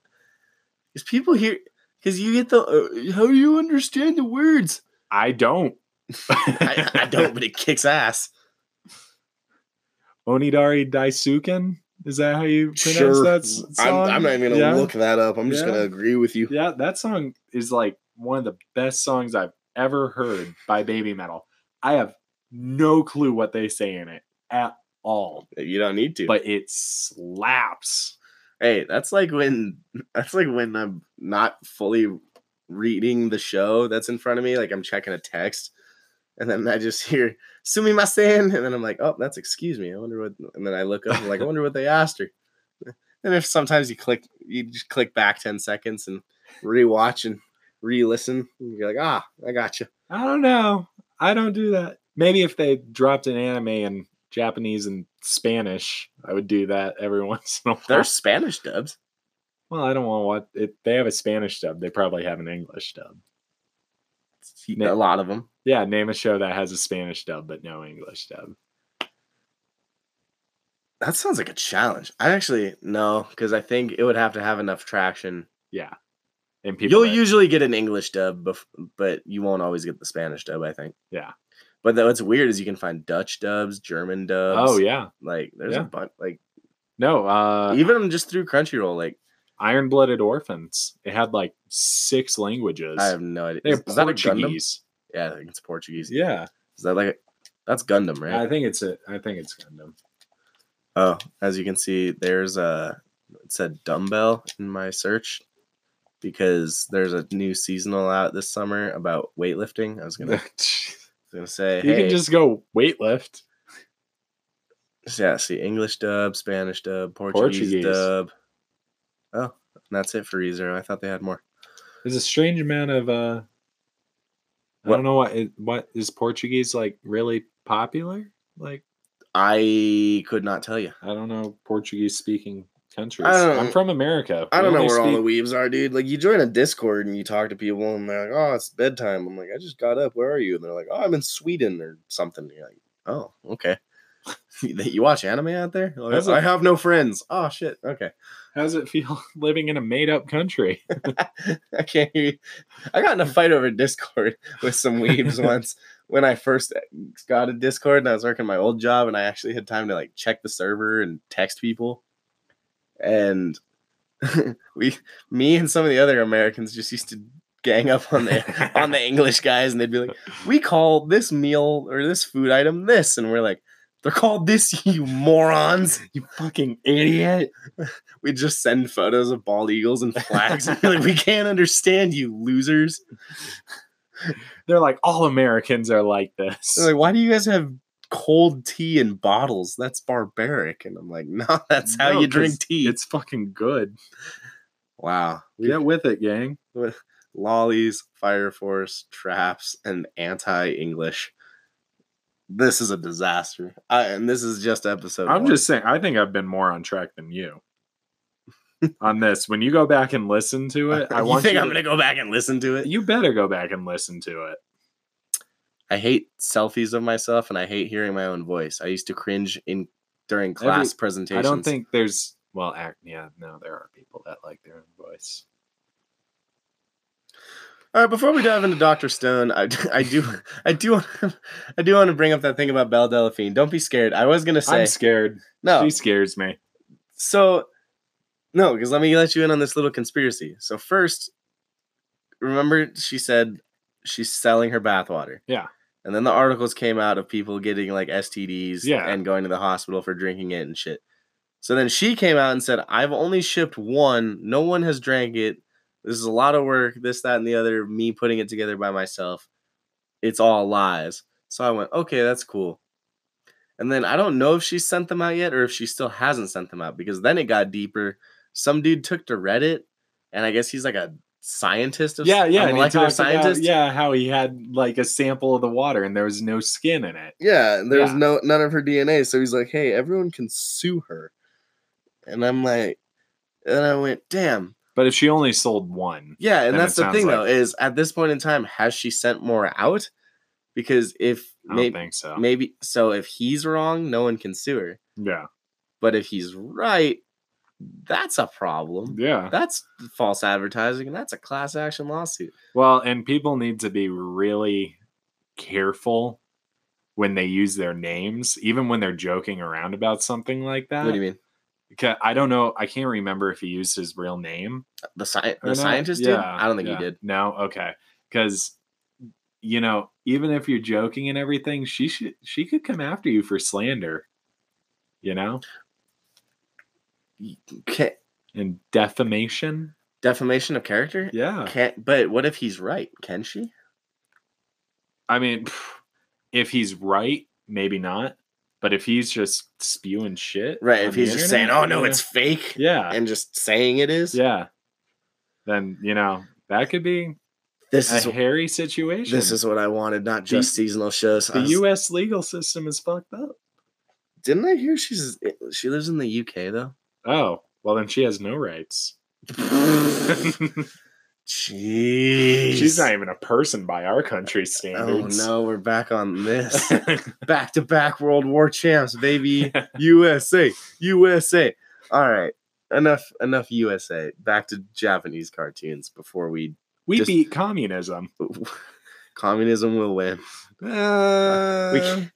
S1: because people here because you get the uh, how do you understand the words
S2: I don't.
S1: I, I don't but it kicks ass
S2: Onidari Daisuken? Is that how you pronounce that? s-
S1: I'm,
S2: song?
S1: I'm not even gonna
S2: Yeah.
S1: look that up. I'm just
S2: Yeah.
S1: gonna agree with you.
S2: Yeah, that song is like one of the best songs I've ever heard by Baby Metal. I have no clue what they say in it at all,
S1: You don't need to.
S2: but it slaps.
S1: hey, that's like when that's like when I'm not fully reading the show that's in front of me. Like I'm checking a text, and then I just hear "sumimasen," and then I'm like, "Oh, that's excuse me." I wonder what. And then I look up and like, I wonder what they asked her. And if sometimes you click, you just click back ten seconds and rewatch and re-listen. And you're like, ah, I got you.
S2: I don't know. I don't do that. Maybe if they dropped an anime in Japanese and Spanish, I would do that every once in a while.
S1: There's Spanish dubs.
S2: well, I don't want to watch it. They have a Spanish dub. They probably have an English dub.
S1: A lot of them.
S2: Yeah, name a show that has a Spanish dub but no English dub.
S1: That sounds like a challenge. I actually no, because I think it would have to have enough traction.
S2: Yeah, and people
S1: You'll
S2: that-
S1: usually get an English dub, bef- but you won't always get the Spanish dub. I think.
S2: Yeah.
S1: But the, what's weird is you can find Dutch dubs, German dubs.
S2: Oh yeah,
S1: Like there's
S2: Yeah.
S1: a bunch. Like
S2: no. Uh,
S1: even just through Crunchyroll, like
S2: Iron Blooded Orphans. It had like six languages.
S1: I have no idea.
S2: They're
S1: Is, is that a Gundam?
S2: Portuguese.
S1: Yeah, I think it's Portuguese.
S2: Yeah,
S1: Is that like a, that's Gundam, right?
S2: I think it's a. I think it's Gundam.
S1: Oh, as you can see, there's a it said dumbbell in my search because there's a new seasonal out this summer about weightlifting. I was gonna was gonna say
S2: You
S1: hey,
S2: can just go weightlift.
S1: yeah, see English dub, Spanish dub, Portuguese,
S2: Portuguese.
S1: dub. Oh, and that's it for Rezero. I thought they had more.
S2: There's a strange amount of. uh I
S1: What-
S2: don't know what is, what is Portuguese like really popular. Like
S1: I could not tell you.
S2: I don't know Portuguese speaking countries.
S1: I don't-
S2: I'm from America.
S1: I
S2: We
S1: don't know
S2: only
S1: where all the
S2: speak-
S1: weaves are, dude. Like you join a Discord and you talk to people and they're like, "Oh, it's bedtime." I'm like, "I just got up. Where are you?" And they're like, "Oh, I'm in Sweden or something." And you're like, "Oh, okay." you watch anime out there? Like,
S2: That's a-
S1: I have no friends. Oh shit. Okay,
S2: How does it feel living in a made up country?
S1: I can't hear. You. I got in a fight over Discord with some weaves once when I first got a Discord and I was working my old job and I actually had time to like check the server and text people, and we, me and some of the other Americans just used to gang up on the on the English guys and they'd be like, "We call this meal or this food item this," and we're like, "They're called this, you morons!
S2: You fucking idiot.
S1: We just send photos of bald eagles and flags and be like, "We can't understand you, losers!"
S2: They're like, all Americans are like this.
S1: They're like, "Why do you guys have?" Cold tea in bottles. That's barbaric. And I'm like, no, that's how
S2: No,
S1: you drink
S2: 'cause
S1: tea.
S2: It's fucking good.
S1: wow. We
S2: Get with it, gang.
S1: lollies, fire force, traps, and anti-English. This is a disaster, I, and this is just episode.
S2: I'm
S1: one.
S2: just saying, I think I've been more on track than you on this. When you go back and listen to it, I
S1: you
S2: want
S1: think
S2: you
S1: I'm
S2: to-
S1: gonna go back and listen to it?
S2: You better go back and listen to it.
S1: I hate selfies of myself, and I hate hearing my own voice. I used to cringe in during class
S2: I
S1: presentations.
S2: don't think there's well, act yeah, no, there are people that like their own voice.
S1: All right, before we dive into Doctor Stone, I, I do I do I do want to bring up that thing about Belle Delphine. Don't be scared. I was gonna say
S2: I'm scared.
S1: no.
S2: She scares me.
S1: So, no, because let me let you in on this little conspiracy. So first, remember she said she's selling her bathwater.
S2: Yeah.
S1: And then the articles came out of people getting like STDs
S2: Yeah.
S1: and going to the hospital for drinking it and shit. So then she came out and said, "I've only shipped one. No one has drank it. This is a lot of work. This, that, and the other. Me putting it together by myself. It's all lies." So I went, "Okay, that's cool." And then I don't know if she sent them out yet or if she still hasn't sent them out because then it got deeper. Some dude took to Reddit, and I guess he's like a scientist. Of,
S2: Yeah,
S1: a
S2: yeah. and he
S1: molecular
S2: talked about,
S1: scientist.
S2: yeah, how he had like a sample of the water and there was no skin in it.
S1: Yeah, and there was
S2: Yeah.
S1: no none of her DNA. So he's like, "Hey, everyone can sue her," and I'm like, and I went, "Damn,
S2: But if she only sold one,
S1: yeah." And
S2: Then it
S1: that's the
S2: sounds
S1: thing though
S2: like-
S1: is at this point in time, has she sent more out? Because if
S2: I don't
S1: maybe
S2: think so.
S1: maybe so, if he's wrong, no one can sue her.
S2: yeah,
S1: But if he's right, that's a problem.
S2: yeah.
S1: That's false advertising, and that's a class action lawsuit.
S2: Well, and people need to be really careful when they use their names, even when they're joking around about something like that.
S1: what do you mean?
S2: Because I don't know, I can't remember if he used his real name.
S1: The sci-
S2: or
S1: the
S2: not.
S1: scientist dude? I don't think
S2: yeah.
S1: he did.
S2: No, okay, because you know, even if you're joking and everything, she should she could come after you for slander, you know,
S1: Ca
S2: and defamation.
S1: defamation of character?
S2: Yeah,
S1: Can't, but what if he's right? Can she?
S2: I mean, pff, if he's right, maybe not. But if he's just spewing shit,
S1: Right.
S2: on
S1: If
S2: the
S1: he's just saying,
S2: internet,
S1: oh, no,
S2: yeah,
S1: it's fake,
S2: yeah,
S1: and just saying it is,
S2: yeah, then you know that could be
S1: this
S2: a
S1: is
S2: hairy situation.
S1: this is what I wanted, not just seasonal shows. I
S2: the
S1: was-
S2: U.S. legal system is fucked up.
S1: Didn't I hear she's she lives in the UK though?
S2: Oh, well, then she has no rights.
S1: Jeez.
S2: She's not even a person by our country's
S1: Oh
S2: standards.
S1: no, we're back on this. back to back World War champs, baby. USA, USA. All right, enough, enough USA. Back to Japanese cartoons before we.
S2: we
S1: Just-
S2: beat communism.
S1: Communism will win. We
S2: Uh.
S1: can't,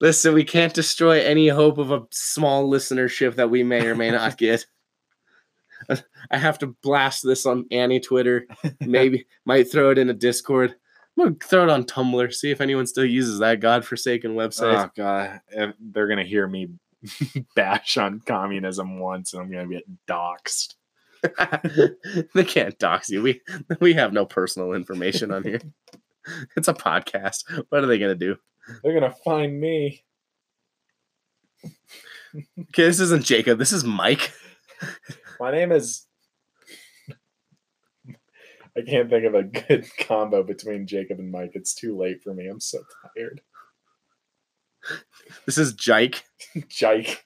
S1: listen. We can't destroy any hope of a small listenership that we may or may not get. I have to blast this on Annie Twitter. Maybe might throw it in a Discord. I'm gonna throw it on Tumblr. See if anyone still uses that godforsaken website.
S2: oh god, If they're gonna hear me bash on communism once, and I'm gonna get doxxed.
S1: they can't dox you. We we have no personal information on here. It's a podcast. What are they gonna do?
S2: They're gonna find me.
S1: Okay, this isn't Jacob. This is Mike.
S2: My name is. I can't think of a good combo between Jacob and Mike. It's too late for me. I'm so tired.
S1: This is Jike.
S2: Jike.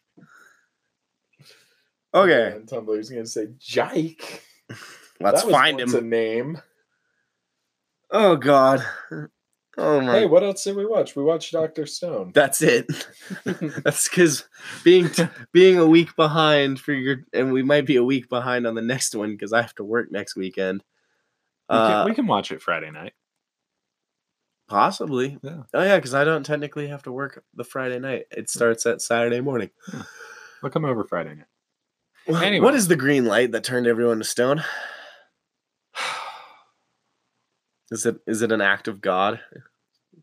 S1: Okay,
S2: On Tumblr, he's gonna say Jike.
S1: let's
S2: That was
S1: find
S2: once
S1: him.
S2: A name.
S1: oh God. Oh my.
S2: Hey, what else did we watch? We watched Doctor Stone.
S1: That's it. That's because being being a week behind for your, and we might be a week behind on the next one because I have to work next weekend. Uh,
S2: watch it Friday night.
S1: Possibly.
S2: Yeah.
S1: Oh yeah, because I don't technically have to work the Friday night. It starts at Saturday morning.
S2: I'll come over Friday night.
S1: Well,
S2: Anyway.
S1: What is the green light that turned everyone to stone? Is it is it an act of God?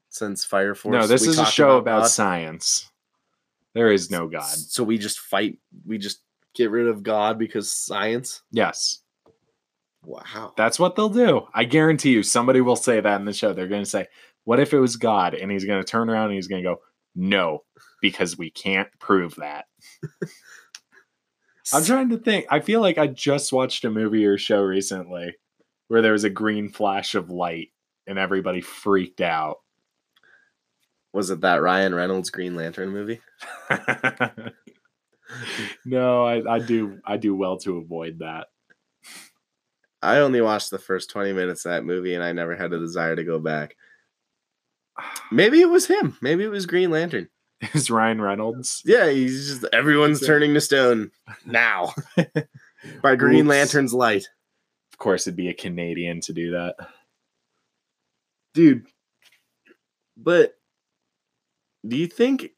S1: Since Fire Force,
S2: no, this
S1: we
S2: is a
S1: talked
S2: show about,
S1: God?
S2: science. There is no God.
S1: So we just fight. We just get rid of God because science.
S2: Yes.
S1: Wow.
S2: That's what they'll do. I guarantee you somebody will say that in the show. They're going to say, "What if it was God?" and he's going to turn around and he's going to go, "No, because we can't prove that." I'm trying to think. I feel like I just watched a movie or show recently where there was a green flash of light and everybody freaked out.
S1: Was it that Ryan Reynolds Green Lantern movie?
S2: no, I, I do I do well to avoid that.
S1: I only watched the first 20 minutes of that movie and I never had a desire to go back. Maybe it was him. Maybe it was Green Lantern.
S2: Is Ryan Reynolds?
S1: Yeah, he's just everyone's
S2: Exactly.
S1: turning to stone now by Green
S2: Oops.
S1: Lantern's light.
S2: Of course it'd be a Canadian to do that.
S1: Dude. But do you think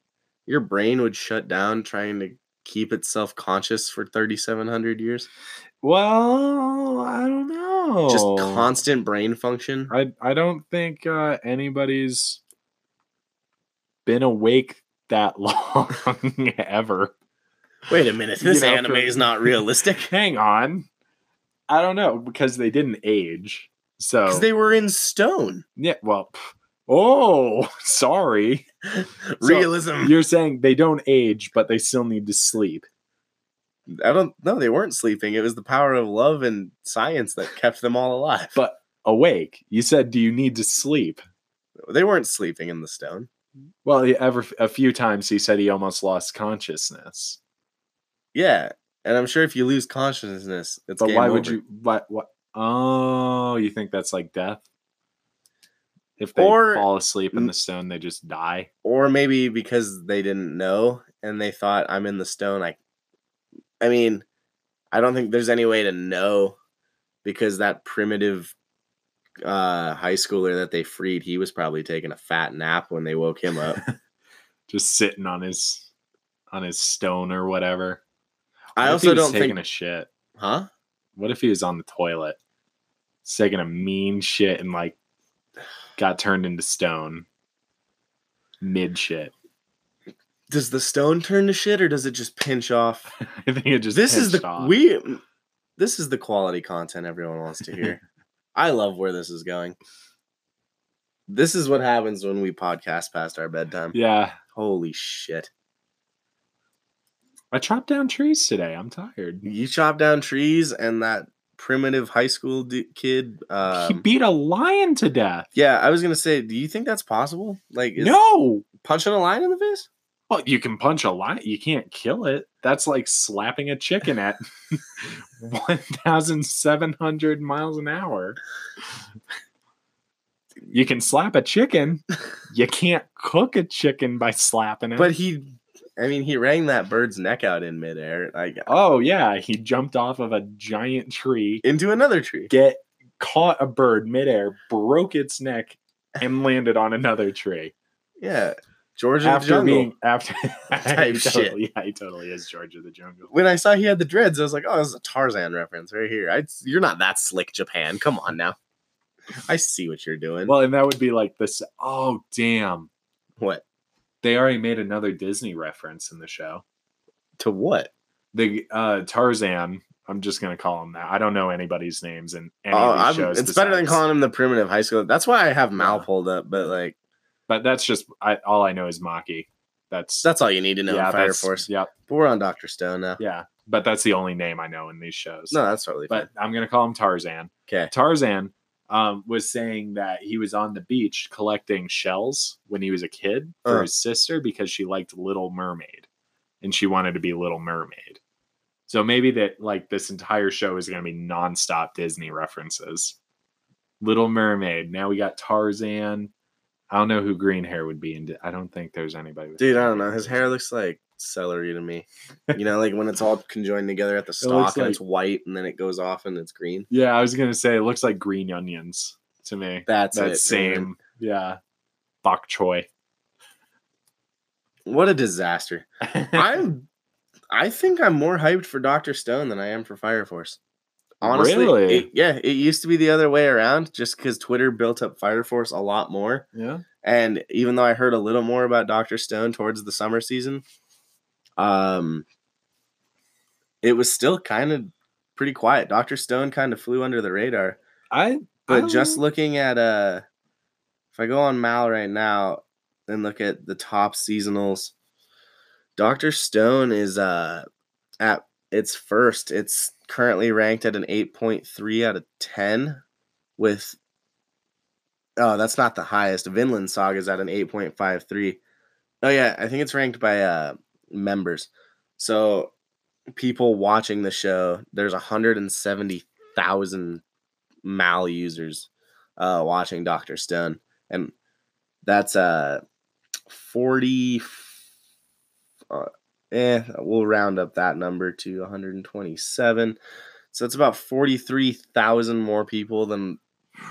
S1: your brain would shut down trying to keep itself conscious for 3700 years?
S2: Well, I don't know.
S1: Just constant brain function?
S2: I I don't think uh, anybody's been awake that long ever.
S1: Wait a minute.
S2: You
S1: This
S2: know,
S1: anime
S2: for-
S1: is not realistic.
S2: Hang on. I don't know because they didn't age. So
S1: Cuz they were in stone.
S2: yeah, well, pff, oh, sorry.
S1: Realism.
S2: You're saying they don't age, but they still need to sleep.
S1: I don't know. They weren't sleeping. It was the power of love and science that kept them all alive.
S2: But- Awake. You said, do you need to sleep?
S1: they weren't sleeping in the stone.
S2: Well, he- ever a few times he said he almost lost consciousness.
S1: Yeah, and I'm sure if you lose consciousness, it's
S2: But
S1: game
S2: why would
S1: over.
S2: you? What? What? Oh, you think that's like death? If they
S1: Or-
S2: fall asleep in
S1: n-
S2: the stone, they just die.
S1: Or maybe because they didn't know and they thought I'm in the stone. I, I mean, I don't think there's any way to know because that primitive uh high schooler that they freed he was probably taking a fat nap when they woke him up
S2: Just sitting on his on his stone or whatever.
S1: i
S2: What if
S1: also
S2: he was
S1: don't
S2: taking
S1: think
S2: a shit.
S1: huh
S2: What if he was on the toilet, He's taking a mean shit and like got turned into stone mid shit?
S1: does the stone turn to shit or does it just pinch off
S2: I think it just
S1: this is
S2: pinched
S1: the
S2: off.
S1: we this is the quality content everyone wants to hear i love where this is going this is what happens when we podcast past our bedtime
S2: yeah.
S1: holy shit
S2: I chopped down trees today. I'm tired.
S1: you chop down trees and that primitive high school d- kid
S2: he
S1: um,
S2: beat a lion to death.
S1: yeah i was gonna say do you think that's possible like is
S2: No.
S1: punching a lion in the face
S2: Well, you can punch a lion. You can't kill it. That's like slapping a chicken at 1,700 miles an hour. You can slap a chicken. You can't cook a chicken by slapping it.
S1: but he i mean he rang that bird's neck out in midair like
S2: oh, yeah. He jumped off of a giant tree,
S1: into another tree
S2: get caught a bird midair, broke its neck, and landed on another tree.
S1: yeah georgia
S2: After
S1: jungle.
S2: being after
S1: Type
S2: he
S1: shit.
S2: totally, yeah, he totally is George of the Jungle.
S1: when I saw he had the dreads, I was like, "Oh, this is a Tarzan reference right here." I, you're not that slick, Japan. Come on now. I see what you're doing.
S2: Well, and that would be like this. Oh, damn.
S1: what
S2: They already made another Disney reference in the show.
S1: to what?
S2: The uh, Tarzan. I'm just gonna call him that. I don't know anybody's names in any
S1: Oh,
S2: of these
S1: I'm-
S2: shows.
S1: it's better than
S2: besides-
S1: calling him the primitive high school. That's why I have Mal
S2: Yeah.
S1: pulled up, but like
S2: But that's just I, all I know is Maki. That's
S1: that's all you need to know. in Fire
S2: that's-
S1: Force.
S2: Yep.
S1: But we're on Doctor Stone now.
S2: Yeah. But that's the only name I know in these shows.
S1: No, that's totally fine.
S2: but I'm gonna call him Tarzan.
S1: 'Kay.
S2: Tarzan um, was saying that he was on the beach collecting shells when he was a kid for
S1: Uh.
S2: his sister because she liked Little Mermaid, and she wanted to be Little Mermaid. So maybe that like this entire show is gonna be nonstop Disney references. Little Mermaid. Now we got Tarzan. I don't know who green hair would be, and I don't think there's anybody. With
S1: Dude,
S2: green
S1: I don't know. His hair looks like celery to me. You know, like when it's all conjoined together at the stalk
S2: looks
S1: and
S2: like-
S1: it's white, and then it goes off and it's green.
S2: Yeah, I was gonna say it looks like green onions to me.
S1: That's
S2: that
S1: it,
S2: same,
S1: man.
S2: yeah, bok choy.
S1: What a disaster. I'm I think I'm more hyped for Doctor Stone than I am for Fire Force. Honestly,
S2: Really?
S1: it- yeah, it used to be the other way around just because Twitter built up Fire Force a lot more.
S2: Yeah.
S1: And even though I heard a little more about Dr. Stone towards the summer season, um, it was still kind of pretty quiet. Dr. Stone kind of flew under the radar.
S2: I
S1: But
S2: I
S1: just
S2: don't-
S1: looking at, uh, if I go on Mal right now and look at the top seasonals, Dr. Stone is, uh, at its first. It's currently ranked at an 8.3 out of 10 with Oh, that's not the highest. Vinland Saga is at an 8.53. Oh yeah, I think it's ranked by uh members. So people watching the show, there's 170,000 mal users uh watching Dr. Stone and that's uh 40 eh, we'll round up that number to 127. So it's about 43,000 more people than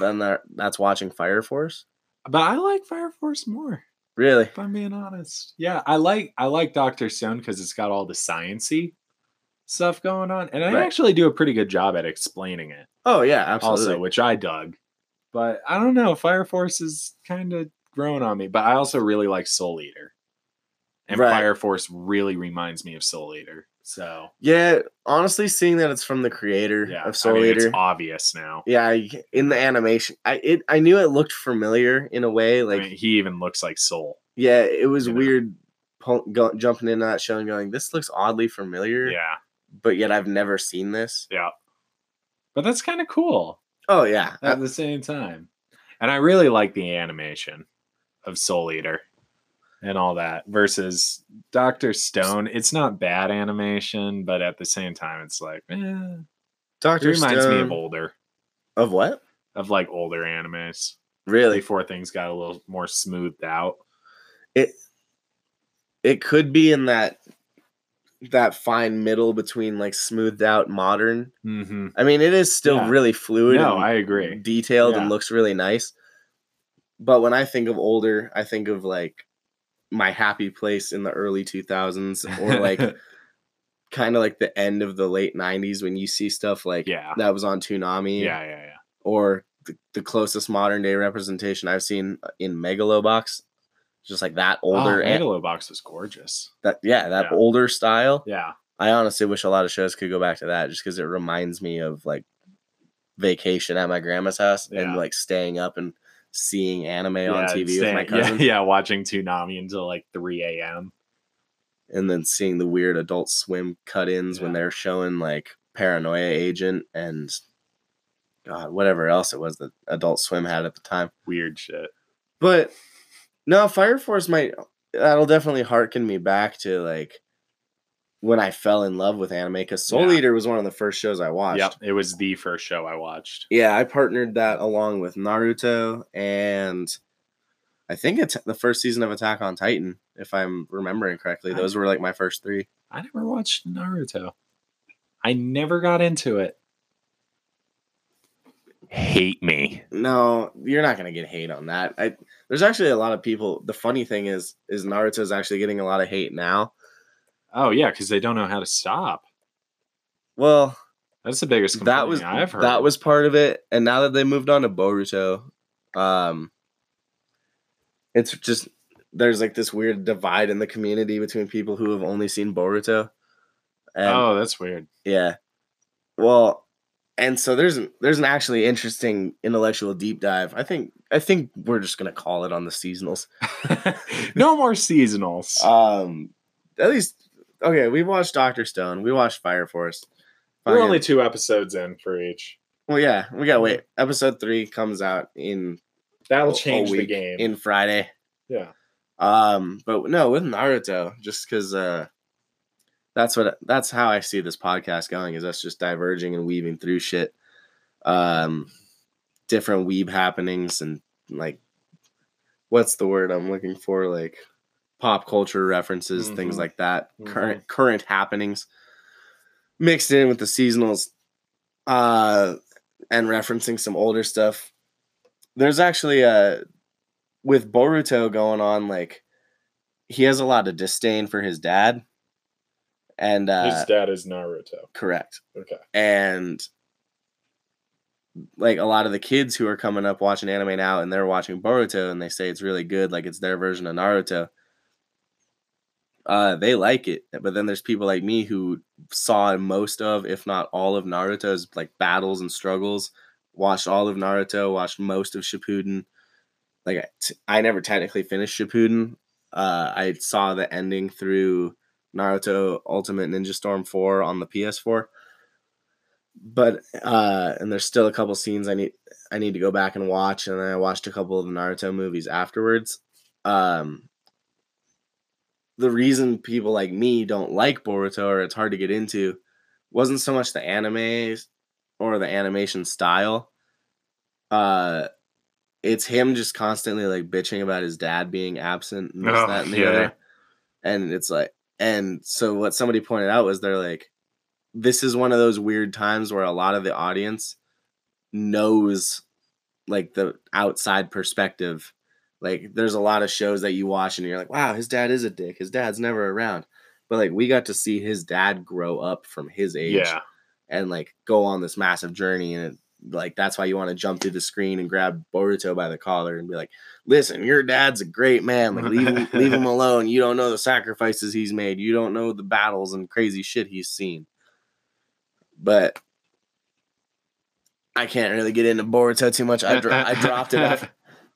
S1: than that, that's watching Fire Force.
S2: but I like Fire Force more.
S1: Really?
S2: If I'm being honest, yeah, I like I like Doctor Stone because it's got all the sciency stuff going on, and I
S1: Right.
S2: actually do a pretty good job at explaining it,
S1: Oh yeah, absolutely.
S2: also, which I dug. But I don't know, Fire Force is kind of growing on me. But I also really like Soul Eater, and
S1: Right.
S2: Fire Force really reminds me of Soul Eater. So
S1: yeah, honestly, seeing that it's from the creator
S2: yeah,
S1: of Soul
S2: I mean,
S1: Eater.
S2: it's obvious now.
S1: yeah, I- in the animation, I it I knew it looked familiar in a way.
S2: I
S1: Like,
S2: mean, he even looks like Soul.
S1: yeah, it was
S2: You know.
S1: weird pu- go, jumping into that show and going, "This looks oddly familiar,"
S2: Yeah,
S1: but yet I've never seen this.
S2: but that's kind of cool.
S1: Oh yeah,
S2: at the same time. And I really like the animation of Soul Eater and all that versus Doctor Stone. It's not bad animation, but at the same time, it's like eh. it
S1: Doctor
S2: reminds me of
S1: Stone-
S2: older,
S1: of what?
S2: of like older animes
S1: Really?
S2: before things got a little more smoothed out.
S1: it could be in that that fine middle between like smoothed out modern.
S2: Mm-hmm.
S1: I mean, it is still
S2: Yeah.
S1: really fluid
S2: No,
S1: and
S2: I agree.
S1: detailed
S2: Yeah.
S1: and looks really nice. But when I think of older, I think of like my happy place in the early 2000s or like kind of like the end of the late 90s when you see stuff like
S2: yeah,
S1: that was on Toonami
S2: yeah, yeah, yeah.
S1: or the, the closest modern day representation I've seen in Megalobox. Just like that older,
S2: oh,
S1: an-
S2: Megalobox was gorgeous.
S1: that yeah, that
S2: Yeah.
S1: older style.
S2: Yeah,
S1: I honestly wish a lot of shows could go back to that just because it reminds me of like vacation at my grandma's house
S2: Yeah.
S1: and like staying up and seeing anime on
S2: yeah,
S1: TV with
S2: staying-
S1: my
S2: yeah,
S1: cousin
S2: Yeah, watching Toonami until like three a.m.
S1: and then seeing the weird adult swim cut ins when
S2: Yeah.
S1: they're showing like Paranoia Agent and God, whatever else it was that Adult Swim had at the time.
S2: Weird shit.
S1: But no, Fire Force might that'll definitely hearken me back to like when I fell in love with anime because Soul
S2: Yeah.
S1: Eater was one of the first shows I watched.
S2: Yep, it was the first show I watched.
S1: Yeah, I partnered that along with Naruto and I think it's the first season of Attack on Titan, if I'm remembering correctly.
S2: I-
S1: Those were like my first three.
S2: I never watched Naruto. I never got into it. Hate me.
S1: No, you're not gonna get hate on that. I there's actually a lot of people. The funny thing is, is Naruto's actually getting a lot of hate now.
S2: Oh yeah, because they don't know how to stop.
S1: Well,
S2: That's the biggest complaint
S1: that was
S2: I've heard.
S1: that was part of it, and now that they moved on to Boruto, um, it's just there's like this weird divide in the community between people who have only seen Boruto. And
S2: oh, that's weird.
S1: Yeah. Well, and so there's an- there's an actually interesting intellectual deep dive. I think I think we're just gonna call it on the seasonals.
S2: no more seasonals.
S1: Um, at least okay. We watched Doctor Stone. We watched Fire Force.
S2: We're
S1: Fucking-
S2: only two episodes in for each.
S1: well, yeah. We gotta wait. Episode three comes out in
S2: That'll
S1: a- a
S2: change the
S1: week,
S2: game.
S1: in Friday.
S2: yeah.
S1: Um, but no, with Naruto, just because uh, that's what that's how I see this podcast going is us just diverging and weaving through shit, um, different weeb happenings and like, what's the word I'm looking for? Like, pop culture references, things
S2: Mhm.
S1: like that, current current happenings, mixed in with the seasonals, uh, and referencing some older stuff. There's actually a with Boruto going on, like he has a lot of disdain for his dad, and uh,
S2: His dad is Naruto.
S1: correct.
S2: Okay.
S1: And like a lot of the kids who are coming up watching anime now and they're watching Boruto and they say it's really good, like it's their version of Naruto. Uh, they like it, but then there's people like me who saw most of, if not all of Naruto's like battles and struggles, watched all of Naruto, watched most of Shippuden. Like I t- I never technically finished Shippuden. Uh, I saw the ending through Naruto Ultimate Ninja Storm 4 on the PS4 but uh and there's still a couple scenes i need i need to go back and watch and then i watched a couple of the naruto movies afterwards um the reason people like me don't like boruto or it's hard to get into wasn't so much the anime or the animation style uh it's him just constantly like bitching about his dad being absent and this,
S2: Oh,
S1: that, and the
S2: yeah.
S1: other. and it's like and so what somebody pointed out was they're like this is one of those weird times where a lot of the audience knows like the outside perspective. Like there's a lot of shows that you watch and you're like, wow, his dad is a dick. His dad's never around. But like we got to see his dad grow up from his age
S2: Yeah.
S1: and like go on this massive journey and it, like that's why you want to jump through the screen and grab Boruto by the collar and be like, "Listen, your dad's a great man. Like leave him, leave him alone. You don't know the sacrifices he's made. You don't know the battles and crazy shit he's seen." But I can't really get into Boruto too much. I dro- I dropped it after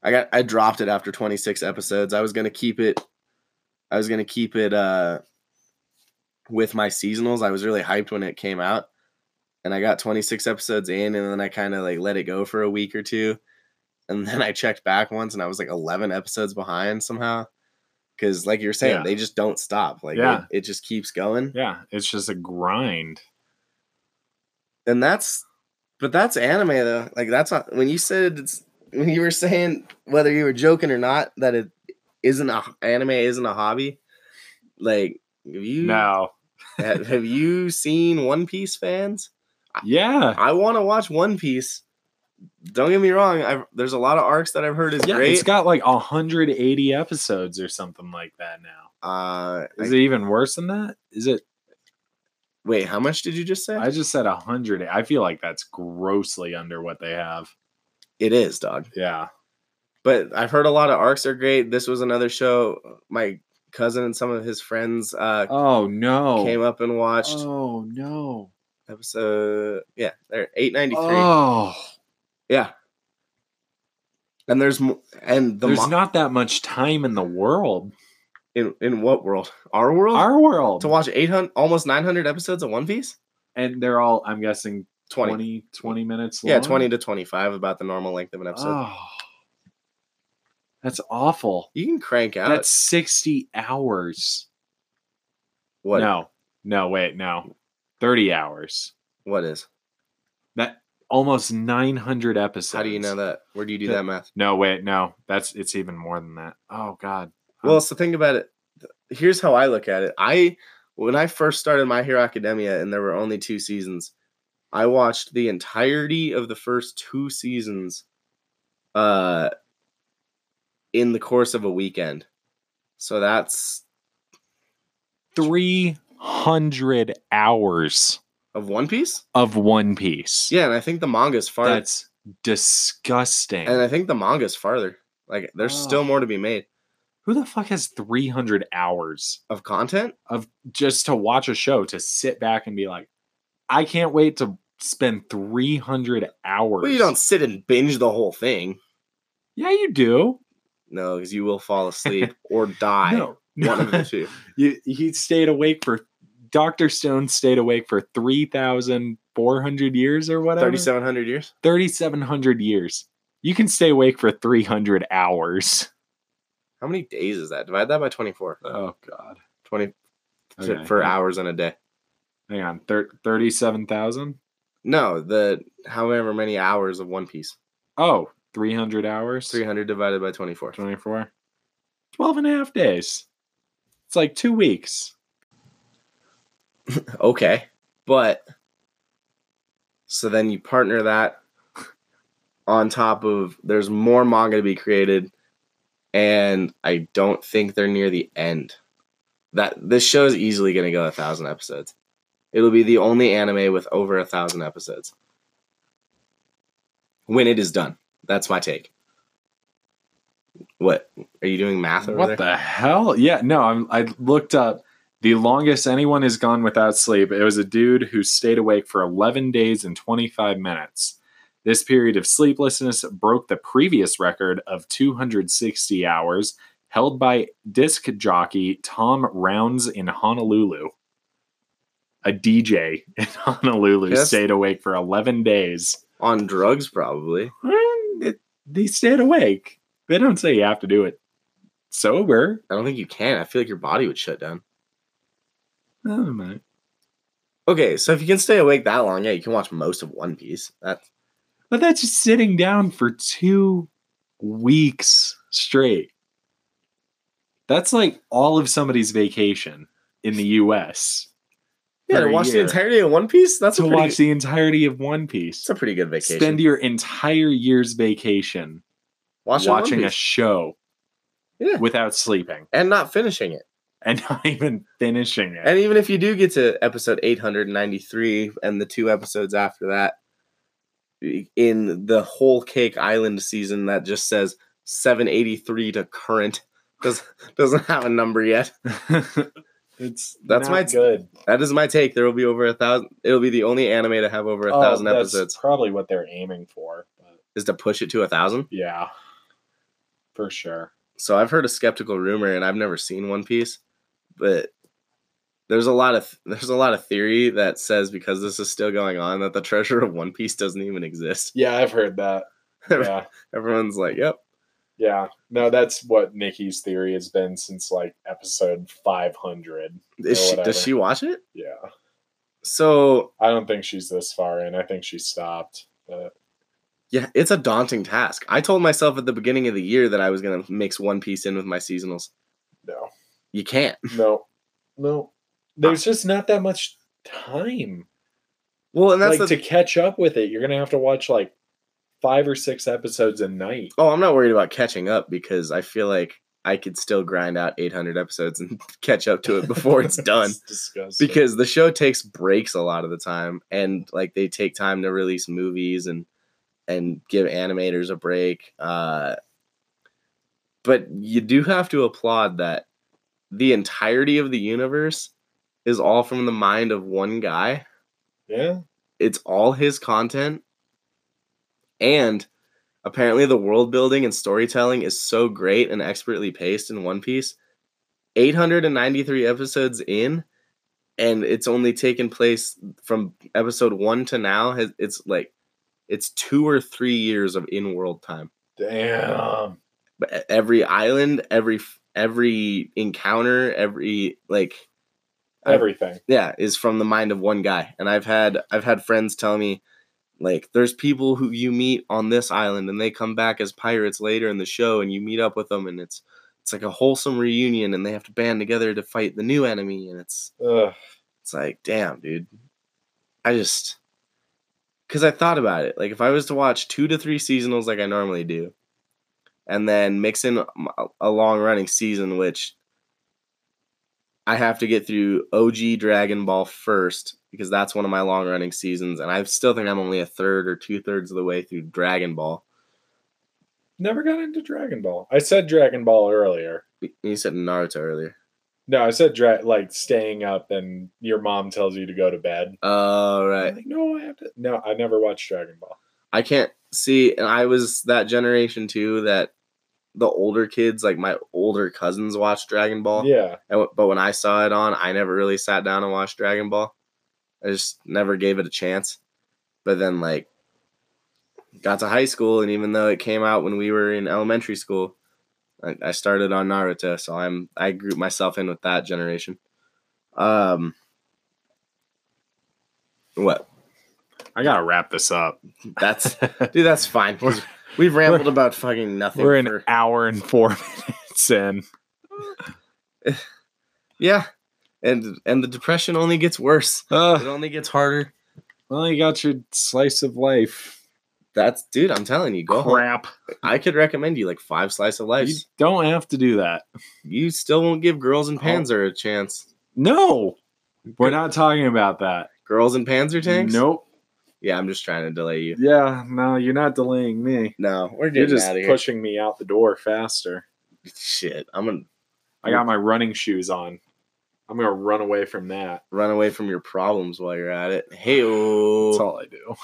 S1: I got I dropped it after 26 episodes. I was gonna keep it. I was gonna keep it uh, with my seasonals. I was really hyped when it came out, and I got 26 episodes in, and then I kind of like let it go for a week or two, and then I checked back once, and I was like 11 episodes behind somehow. Because like you're saying,
S2: Yeah.
S1: they just don't stop. Like
S2: Yeah.
S1: it, it just keeps going,
S2: yeah, it's just a grind.
S1: and that's. But that's anime though. Like that's not, when you said it's when you were saying whether you were joking or not that it isn't a anime isn't a hobby like have you
S2: No.
S1: have, have you seen one piece fans
S2: Yeah.
S1: i want to watch one piece don't get me wrong I've, there's a lot of arcs that i've heard is
S2: Yeah,
S1: great
S2: it's got like 180 episodes or something like that now.
S1: uh
S2: Is
S1: I-
S2: it even worse than that? Is it?
S1: wait how much did you just say
S2: I just said 100. I feel like that's grossly under what they have.
S1: it is dog
S2: Yeah.
S1: but i've heard a lot of arcs are great this was another show my cousin and some of his friends uh
S2: Oh no.
S1: came up and watched
S2: Oh no.
S1: episode yeah there 893
S2: Oh,
S1: Yeah. And there's mo- and the
S2: there's
S1: mo-
S2: not that much time in the world.
S1: in in what world? Our world
S2: Our world.
S1: to watch 800 almost 900 episodes of One Piece?
S2: and they're all, I'm guessing,
S1: 20.
S2: 20, 20, minutes long.
S1: Yeah, 20 to 25 about the normal length of an episode.
S2: Oh, that's awful.
S1: You can crank out
S2: That's 60 hours.
S1: what
S2: No, no, wait, no. 30 hours.
S1: what is.
S2: That almost 900 episodes.
S1: How do you know that? Where do you do
S2: The-
S1: that math?
S2: No, wait, no. That's it's even more than that. Oh god. Um,
S1: Well, so think about it. Here's how I look at it. I when I first started My Hero Academia and there were only two seasons, I watched the entirety of the first two seasons uh in the course of a weekend. So that's
S2: 300 hours
S1: of One Piece?
S2: of One Piece.
S1: Yeah, and I think the manga's farther.
S2: That's disgusting.
S1: and I think the manga's farther. Like there's still
S2: Oh.
S1: more to be made
S2: Who the fuck has 300 hours
S1: of content.
S2: of just to watch a show to sit back and be like, I can't wait to spend 300 hours.
S1: Well, you don't sit and binge the whole thing.
S2: Yeah, you do.
S1: No, because you will fall asleep or die.
S2: no.
S1: One of the two.
S2: You, he stayed awake for Doctor Stone stayed awake for three thousand four hundred years or whatever.
S1: 3,700 years.
S2: Thirty-seven hundred years. You can stay awake for three hundred hours.
S1: How many days is that? Divide that by 24.
S2: Oh God.
S1: 20 t-
S2: Okay,
S1: for
S2: hang-
S1: hours in a day.
S2: Hang on, thir- thirty-seven thousand.
S1: No, the however many hours of One Piece.
S2: Oh, 300 hours.
S1: 300 divided by 24.
S2: 24. 12 and a half days. It's like two weeks.
S1: Okay. But so then you partner that on top of there's more manga to be created and I don't think they're near the end. That this show is easily going to go a 1000 episodes. It'll be the only anime with over a 1000 episodes. when it is done. That's my take. What are you doing math over
S2: What
S1: there?
S2: the hell? Yeah, no, I'm, I looked up the longest anyone has gone without sleep. It was a dude who stayed awake for 11 days and 25 minutes. This period of sleeplessness broke the previous record of 260 hours held by disc jockey Tom Rounds in Honolulu. A DJ in Honolulu
S1: Yes.
S2: stayed awake for 11 days.
S1: On drugs, probably.
S2: It- they stayed awake. They don't say you have to do it sober.
S1: I don't think you can. I feel like your body would shut down.
S2: Oh, my.
S1: Okay, so if you can stay awake that long, yeah, you can watch most of One Piece. That's
S2: But that's just sitting down for two weeks straight. That's like all of somebody's vacation in the US.
S1: yeah,
S2: for
S1: to
S2: a
S1: watch the
S2: year.
S1: entirety of One Piece. That's
S2: to
S1: a pretty,
S2: watch the entirety of One Piece.
S1: It's a pretty good vacation.
S2: Spend your entire year's vacation
S1: watching, One
S2: watching a
S1: Piece
S2: show
S1: Yeah.
S2: without sleeping
S1: and not finishing it.
S2: and not even finishing it.
S1: And even if you do get to episode 893 and the two episodes after that, in the whole Cake Island season that just says 783 to current, does, doesn't have a number yet.
S2: it's
S1: That's
S2: not
S1: my-
S2: good.
S1: That is my take. There will be over a thousand. It'll be the only anime to have over a
S2: Oh,
S1: thousand
S2: that's
S1: episodes.
S2: probably what they're aiming for. But
S1: Is to push it to a thousand.
S2: yeah. For sure.
S1: So I've heard a skeptical rumor, and I've never seen One Piece, but there's a lot of there's a lot of theory that says because this is still going on that the treasure of One Piece doesn't even exist.
S2: Yeah, I've heard that. Yeah.
S1: Everyone's like, "Yep,
S2: Yeah. No, that's what Nikki's theory has been since like episode 500.
S1: Is
S2: or
S1: she,
S2: whatever.
S1: does she watch it?
S2: Yeah.
S1: So
S2: I don't think she's this far in. I think she stopped. But
S1: yeah, it's a daunting task. I told myself at the beginning of the year that I was gonna mix One Piece in with my seasonals.
S2: no.
S1: You can't.
S2: No. No. There's just not that much time
S1: Well, and that's
S2: like
S1: the.
S2: to catch up with it. You're going to have to watch like 5 or 6 episodes a night.
S1: oh, I'm not worried about catching up because I feel like I could still grind out 800 episodes and catch up to it before it's done.
S2: disgusting.
S1: Because the show takes breaks a lot of the time, and like they take time to release movies and and give animators a break. Uh, but you do have to applaud that the entirety of the universe is all from the mind of one guy.
S2: yeah.
S1: It's all his content. And apparently, the world building and storytelling is so great and expertly paced in One Piece. 893 episodes in, and it's only taken place from episode one to now. has- It's like, it's two or three years of in world time
S2: Damn.
S1: but e-, every island, every every encounter, every like I-
S2: Everything.
S1: yeah, is from the mind of one guy. And I've had I've had friends tell me like there's people who you meet on this island and they come back as pirates later in the show and you meet up with them and it's it's like a wholesome reunion and they have to band together to fight the new enemy and it's
S2: Ugh.
S1: it's like, damn, dude. I just because I thought about it. Like, if I was to watch two to three seasonals like I normally do, and then mix in m- a long running season, which I have to get through OG Dragon Ball first because that's one of my long running seasons, and I still think I'm only a third or two thirds of the way through Dragon Ball.
S2: Never got into Dragon Ball. I said Dragon Ball earlier.
S1: Y- You said Naruto earlier.
S2: No, I said dra- like staying up and your mom tells you to go to bed.
S1: Oh,
S2: I'm
S1: right.
S2: like, no, I have to. No, I never watched Dragon Ball.
S1: I can't see, and I was that generation too that the older kids, like my older cousins, watched Dragon Ball.
S2: Yeah,
S1: And w- but when I saw it on, I never really sat down and watched Dragon Ball. I just never gave it a chance. But then, like, got to high school, and even though it came out when we were in elementary school, I, I started on Naruto, so I'm I grouped myself in with that generation. Um, what?
S2: I gotta wrap this up.
S1: That's Dude, that's fine. 'cause We've rambled about fucking nothing.
S2: We're an
S1: for-
S2: hour and four minutes in.
S1: yeah, and and the depression only gets worse. It
S2: Ugh.
S1: only gets harder.
S2: Uh, well, you got your slice of life.
S1: That's dude. I'm telling you, go home.
S2: Crap.
S1: I could recommend you like five slice of life.
S2: You don't have to do that.
S1: You still won't give girls and
S2: Oh.
S1: Panzer a chance.
S2: No, we're not talking about that.
S1: Girls and Panzer tanks.
S2: Nope.
S1: Yeah, I'm just trying to delay you.
S2: Yeah, no, you're not delaying me.
S1: No, we're
S2: You're
S1: getting
S2: just
S1: out of here.
S2: pushing me out the door faster.
S1: Shit, I'm gonna
S2: I got my running shoes on. I'm gonna run away from that.
S1: run away from your problems while you're at it. Hey,
S2: That's
S1: all
S2: all I do.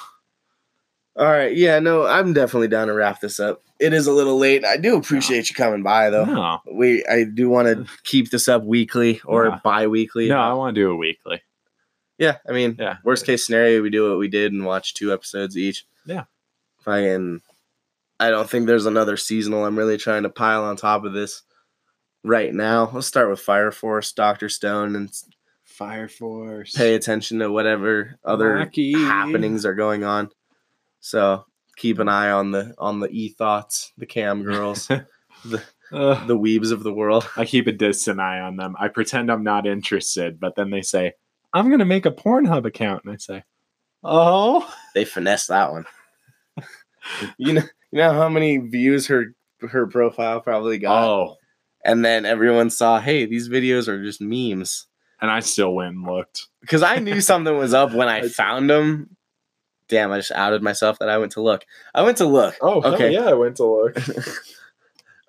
S1: right. Yeah, no, I'm definitely down to wrap this up. It is a little late. I do appreciate you coming by though.
S2: No,
S1: We I do want to keep this up weekly or
S2: Yeah.
S1: bi-weekly. Uh,
S2: no, I want to do it weekly.
S1: Yeah, I mean,
S2: Yeah.
S1: worst case scenario, we do what we did and watch two episodes each.
S2: Yeah.
S1: Fucking, I don't think there's another seasonal I'm really trying to pile on top of this right now. Let's start with Fire Force, Doctor Stone, and s-
S2: Fire Force.
S1: pay attention to whatever other
S2: Rocky.
S1: happenings are going on. So keep an eye on the on the e thoughts, the cam girls,
S2: Ugh.
S1: the weebs of the world.
S2: I keep a distant eye on them. I pretend I'm not interested, but then they say, "I'm gonna make a Pornhub account," and I say, "Oh,
S1: They finessed that one. you know, you know how many views her her profile probably got.
S2: oh,"
S1: and then everyone saw, hey, these videos are just memes.
S2: and I still went and looked.
S1: Because I knew something was up when I
S2: That's-
S1: found them. Damn, I just outed myself that I went to look. I went to look. okay.
S2: Oh, yeah, I went to look.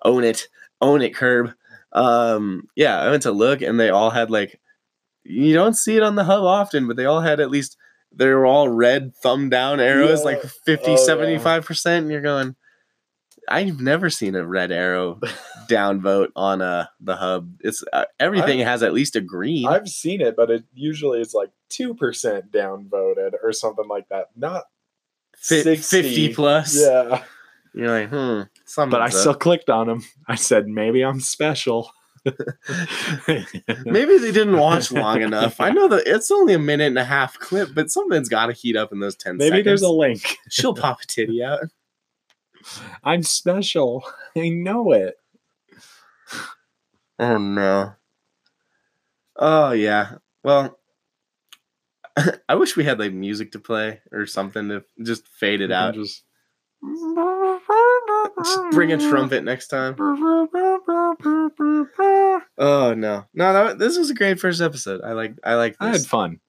S1: Own it, own it, curb. Um, yeah, I went to look, and they all had like, you don't see it on the hub often, but they all had at least they were all red thumb down arrows,
S2: Yeah.
S1: like 50,
S2: Oh, yeah.
S1: 75 percent, and you're going. I've never seen a red arrow downvote on uh the hub. It's uh, everything has at least a green.
S2: I've seen it, but it usually is like two percent downvoted or something like that. Not
S1: Fi-
S2: 60.
S1: 50 plus.
S2: yeah.
S1: You're like, hmm. Something.
S2: But I still clicked on them. I said maybe I'm special.
S1: Maybe they didn't watch long enough. I know that it's only a minute and a half clip, but something's got to heat up in those 10
S2: Maybe
S1: seconds.
S2: there's a link.
S1: She'll pop a titty out.
S2: I'm special. I know it.
S1: Oh, no. Oh, yeah. Well, I wish we had like music to play or something to just fade it out.
S2: Just,
S1: Just bring a trumpet next time. Oh no, no, that, this was a great first episode. I like, I like
S2: I
S1: this.
S2: had fun.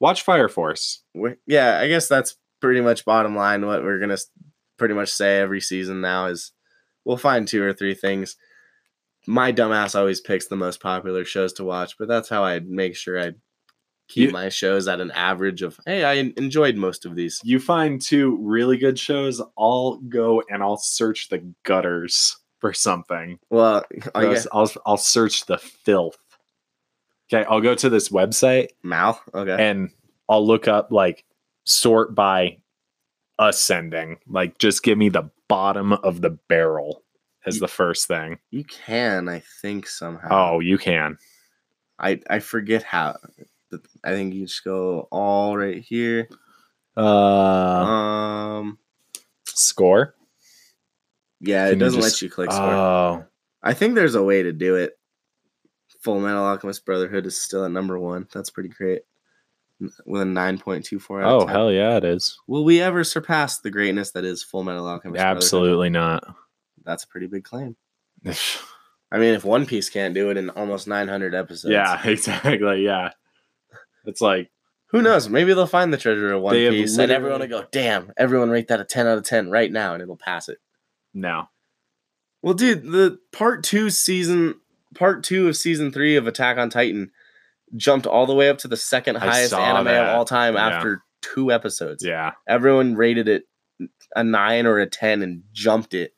S2: Watch Fire Force.
S1: we yeah, I guess that's pretty much bottom line. What we're gonna s- pretty much say every season now is we'll find two or three things. My dumbass always picks the most popular shows to watch, but that's how I make sure I keep
S2: You-
S1: my shows at an average of hey, I en- enjoyed most of these.
S2: You find two really good shows. I'll go and I'll search the gutters for something.
S1: Well, I
S2: Gross.
S1: guess
S2: I'll I'll search the filth. Okay, I'll go to this website
S1: Mal. Okay,
S2: and I'll look up like sort by ascending. Like just give me the bottom of the barrel as the first thing.
S1: you can, I think somehow.
S2: Oh, you can.
S1: I I forget how. but I think you just go all right here.
S2: Uh
S1: Um,
S2: score.
S1: yeah, it
S2: Can you
S1: doesn't
S2: just-
S1: let you click. score.
S2: Oh.
S1: I think there's a way to do it. Full Metal Alchemist Brotherhood is still at number one. That's pretty great. N- With a 9.24 out of
S2: Oh
S1: 10.
S2: hell yeah, it is.
S1: Will we ever surpass the greatness that is Full Metal Alchemist Brotherhood?
S2: Absolutely not.
S1: That's a pretty big claim. I mean, if One Piece can't do it in almost 900 episodes,
S2: yeah, exactly. Yeah. It's like
S1: who knows? Maybe they'll find the treasure of One
S2: They have
S1: Piece and everyone will
S2: literally-
S1: go, damn, everyone rate that a 10 out of 10 right now and it'll pass it.
S2: no.
S1: Well, dude, the part two season, part two of season three of Attack on Titan jumped all the way up to the second
S2: I
S1: highest
S2: saw
S1: anime
S2: that.
S1: of all time
S2: Yeah.
S1: after two episodes.
S2: Yeah.
S1: Everyone rated it a nine or a 10 and jumped it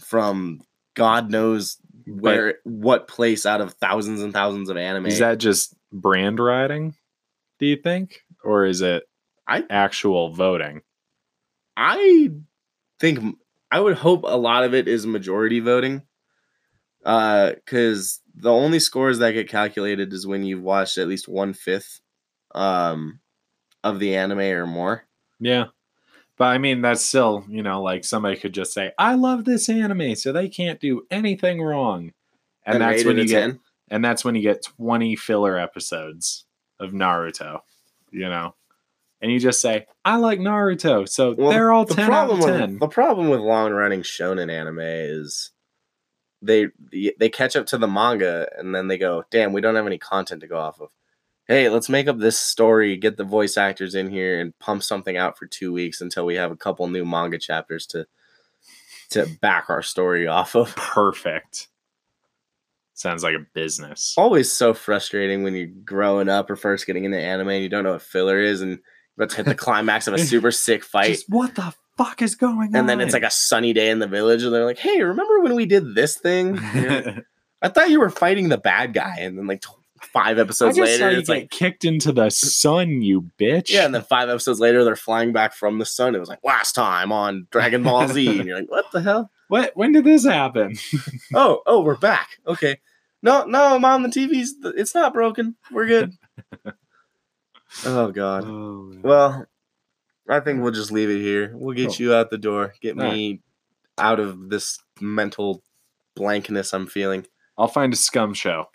S1: from God knows where, what place out of thousands and thousands of anime.
S2: Is that just brand riding? Do you think, or is it
S1: I-
S2: actual voting?
S1: I think I would hope a lot of it is majority voting. Uh, because the only scores that get calculated is when you've watched at least one fifth um of the anime or more.
S2: Yeah, but I mean that's still you know like somebody could just say I love this anime, so they can't do anything wrong, and, that's
S1: rate
S2: when
S1: it
S2: you
S1: a
S2: get
S1: 10.
S2: and that's when you get twenty filler episodes of Naruto, you know, and you just say I like Naruto, so
S1: Well,
S2: they're all
S1: the
S2: ten out
S1: problem
S2: of ten.
S1: with the problem with long running shonen anime is they they catch up to the manga and then they go, damn, we don't have any content to go off of. hey, let's make up this story, get the voice actors in here, and pump something out for two weeks until we have a couple new manga chapters to to back our story off of.
S2: Perfect. Sounds like a business.
S1: Always so frustrating when you're growing up or first getting into anime and you don't know what filler is and you're about to hit the climax of a super sick fight.
S2: Just what the fuck is going on?
S1: And then it's like a sunny day in the village, and they're like, "Hey, remember when we did this thing? I thought you were fighting the bad guy." And then like tw- five
S2: I
S1: episodes
S2: just saw
S1: later,
S2: you
S1: it's
S2: get
S1: like,
S2: kicked into the sun, you bitch.
S1: yeah. And then five episodes later, they're flying back from the sun. It was like last time on Dragon Ball Z, and you're like, "What the hell?
S2: what? When did this happen?
S1: Oh, oh, we're back. Okay, no, no, mom, the TV's it's not broken. We're good." oh God.
S2: Oh, man.
S1: Well, I think we'll just leave it here. We'll get
S2: Cool.
S1: you out the door. Get
S2: All right.
S1: me out of this mental blankness I'm feeling.
S2: I'll find a scum show.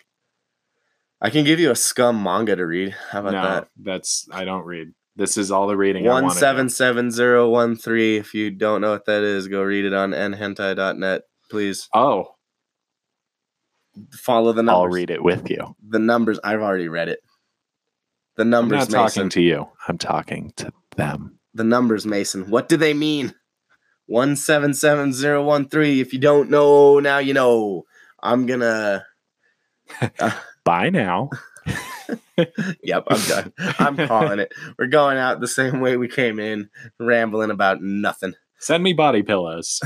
S1: I can give you a scum manga to read. How about
S2: no, that's I don't read. This is all the reading.
S1: that?
S2: I
S1: One
S2: wanna do.
S1: seven seven zero one three. If you don't know what that is, go read it on nhentai.net. Please
S2: Oh,
S1: follow the numbers.
S2: I'll read it with you.
S1: the numbers. I've already read it. The
S2: I'm
S1: numbers,
S2: not talking
S1: Mason.
S2: to you. I'm talking to them.
S1: the numbers, Mason. What do they mean? One seven seven zero one three. If you don't know, now you know. I'm gonna.
S2: Bye now.
S1: Yep, I'm done. I'm calling it. We're going out the same way we came in, rambling about nothing.
S2: Send me body pillows.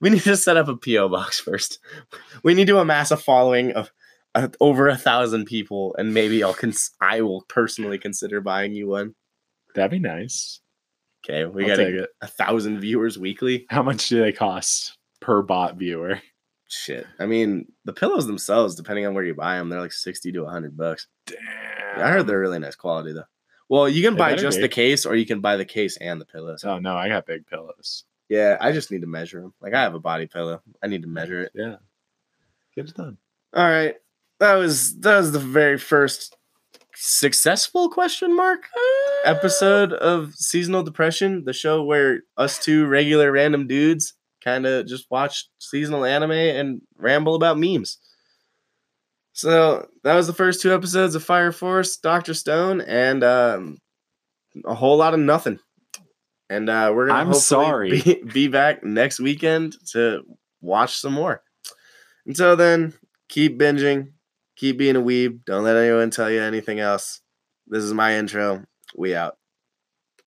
S1: We need to set up a PO box first. We need to amass a following of uh, over a thousand people, and maybe I'll cons- I will personally consider buying you one.
S2: That'd be nice.
S1: Okay, we
S2: I'll
S1: got
S2: take
S1: a,
S2: it.
S1: a thousand viewers weekly.
S2: How much do they cost per bot viewer?
S1: Shit, I mean the pillows themselves, depending on where you buy them, they're like sixty to hundred bucks.
S2: Damn.
S1: I heard they're really nice quality though. Well, you can
S2: They
S1: buy
S2: better
S1: just
S2: be.
S1: the case, or you can buy the case and the pillows.
S2: Oh no, I got big pillows.
S1: Yeah, I just need to measure them. Like I have a body pillow. I need to measure it.
S2: Yeah. Get it done.
S1: All right. That was that was the very first successful question mark
S2: Ah.
S1: episode of Seasonal Depression, the show where us two regular random dudes kind of just watch seasonal anime and ramble about memes. So that was the first two episodes of Fire Force, Doctor Stone, and um, a whole lot of nothing. And uh, we're gonna
S2: I'm
S1: hopefully
S2: sorry.
S1: be, be back next weekend to watch some more. Until then, keep binging, keep being a weeb. Don't let anyone tell you anything else. This is my intro. We out.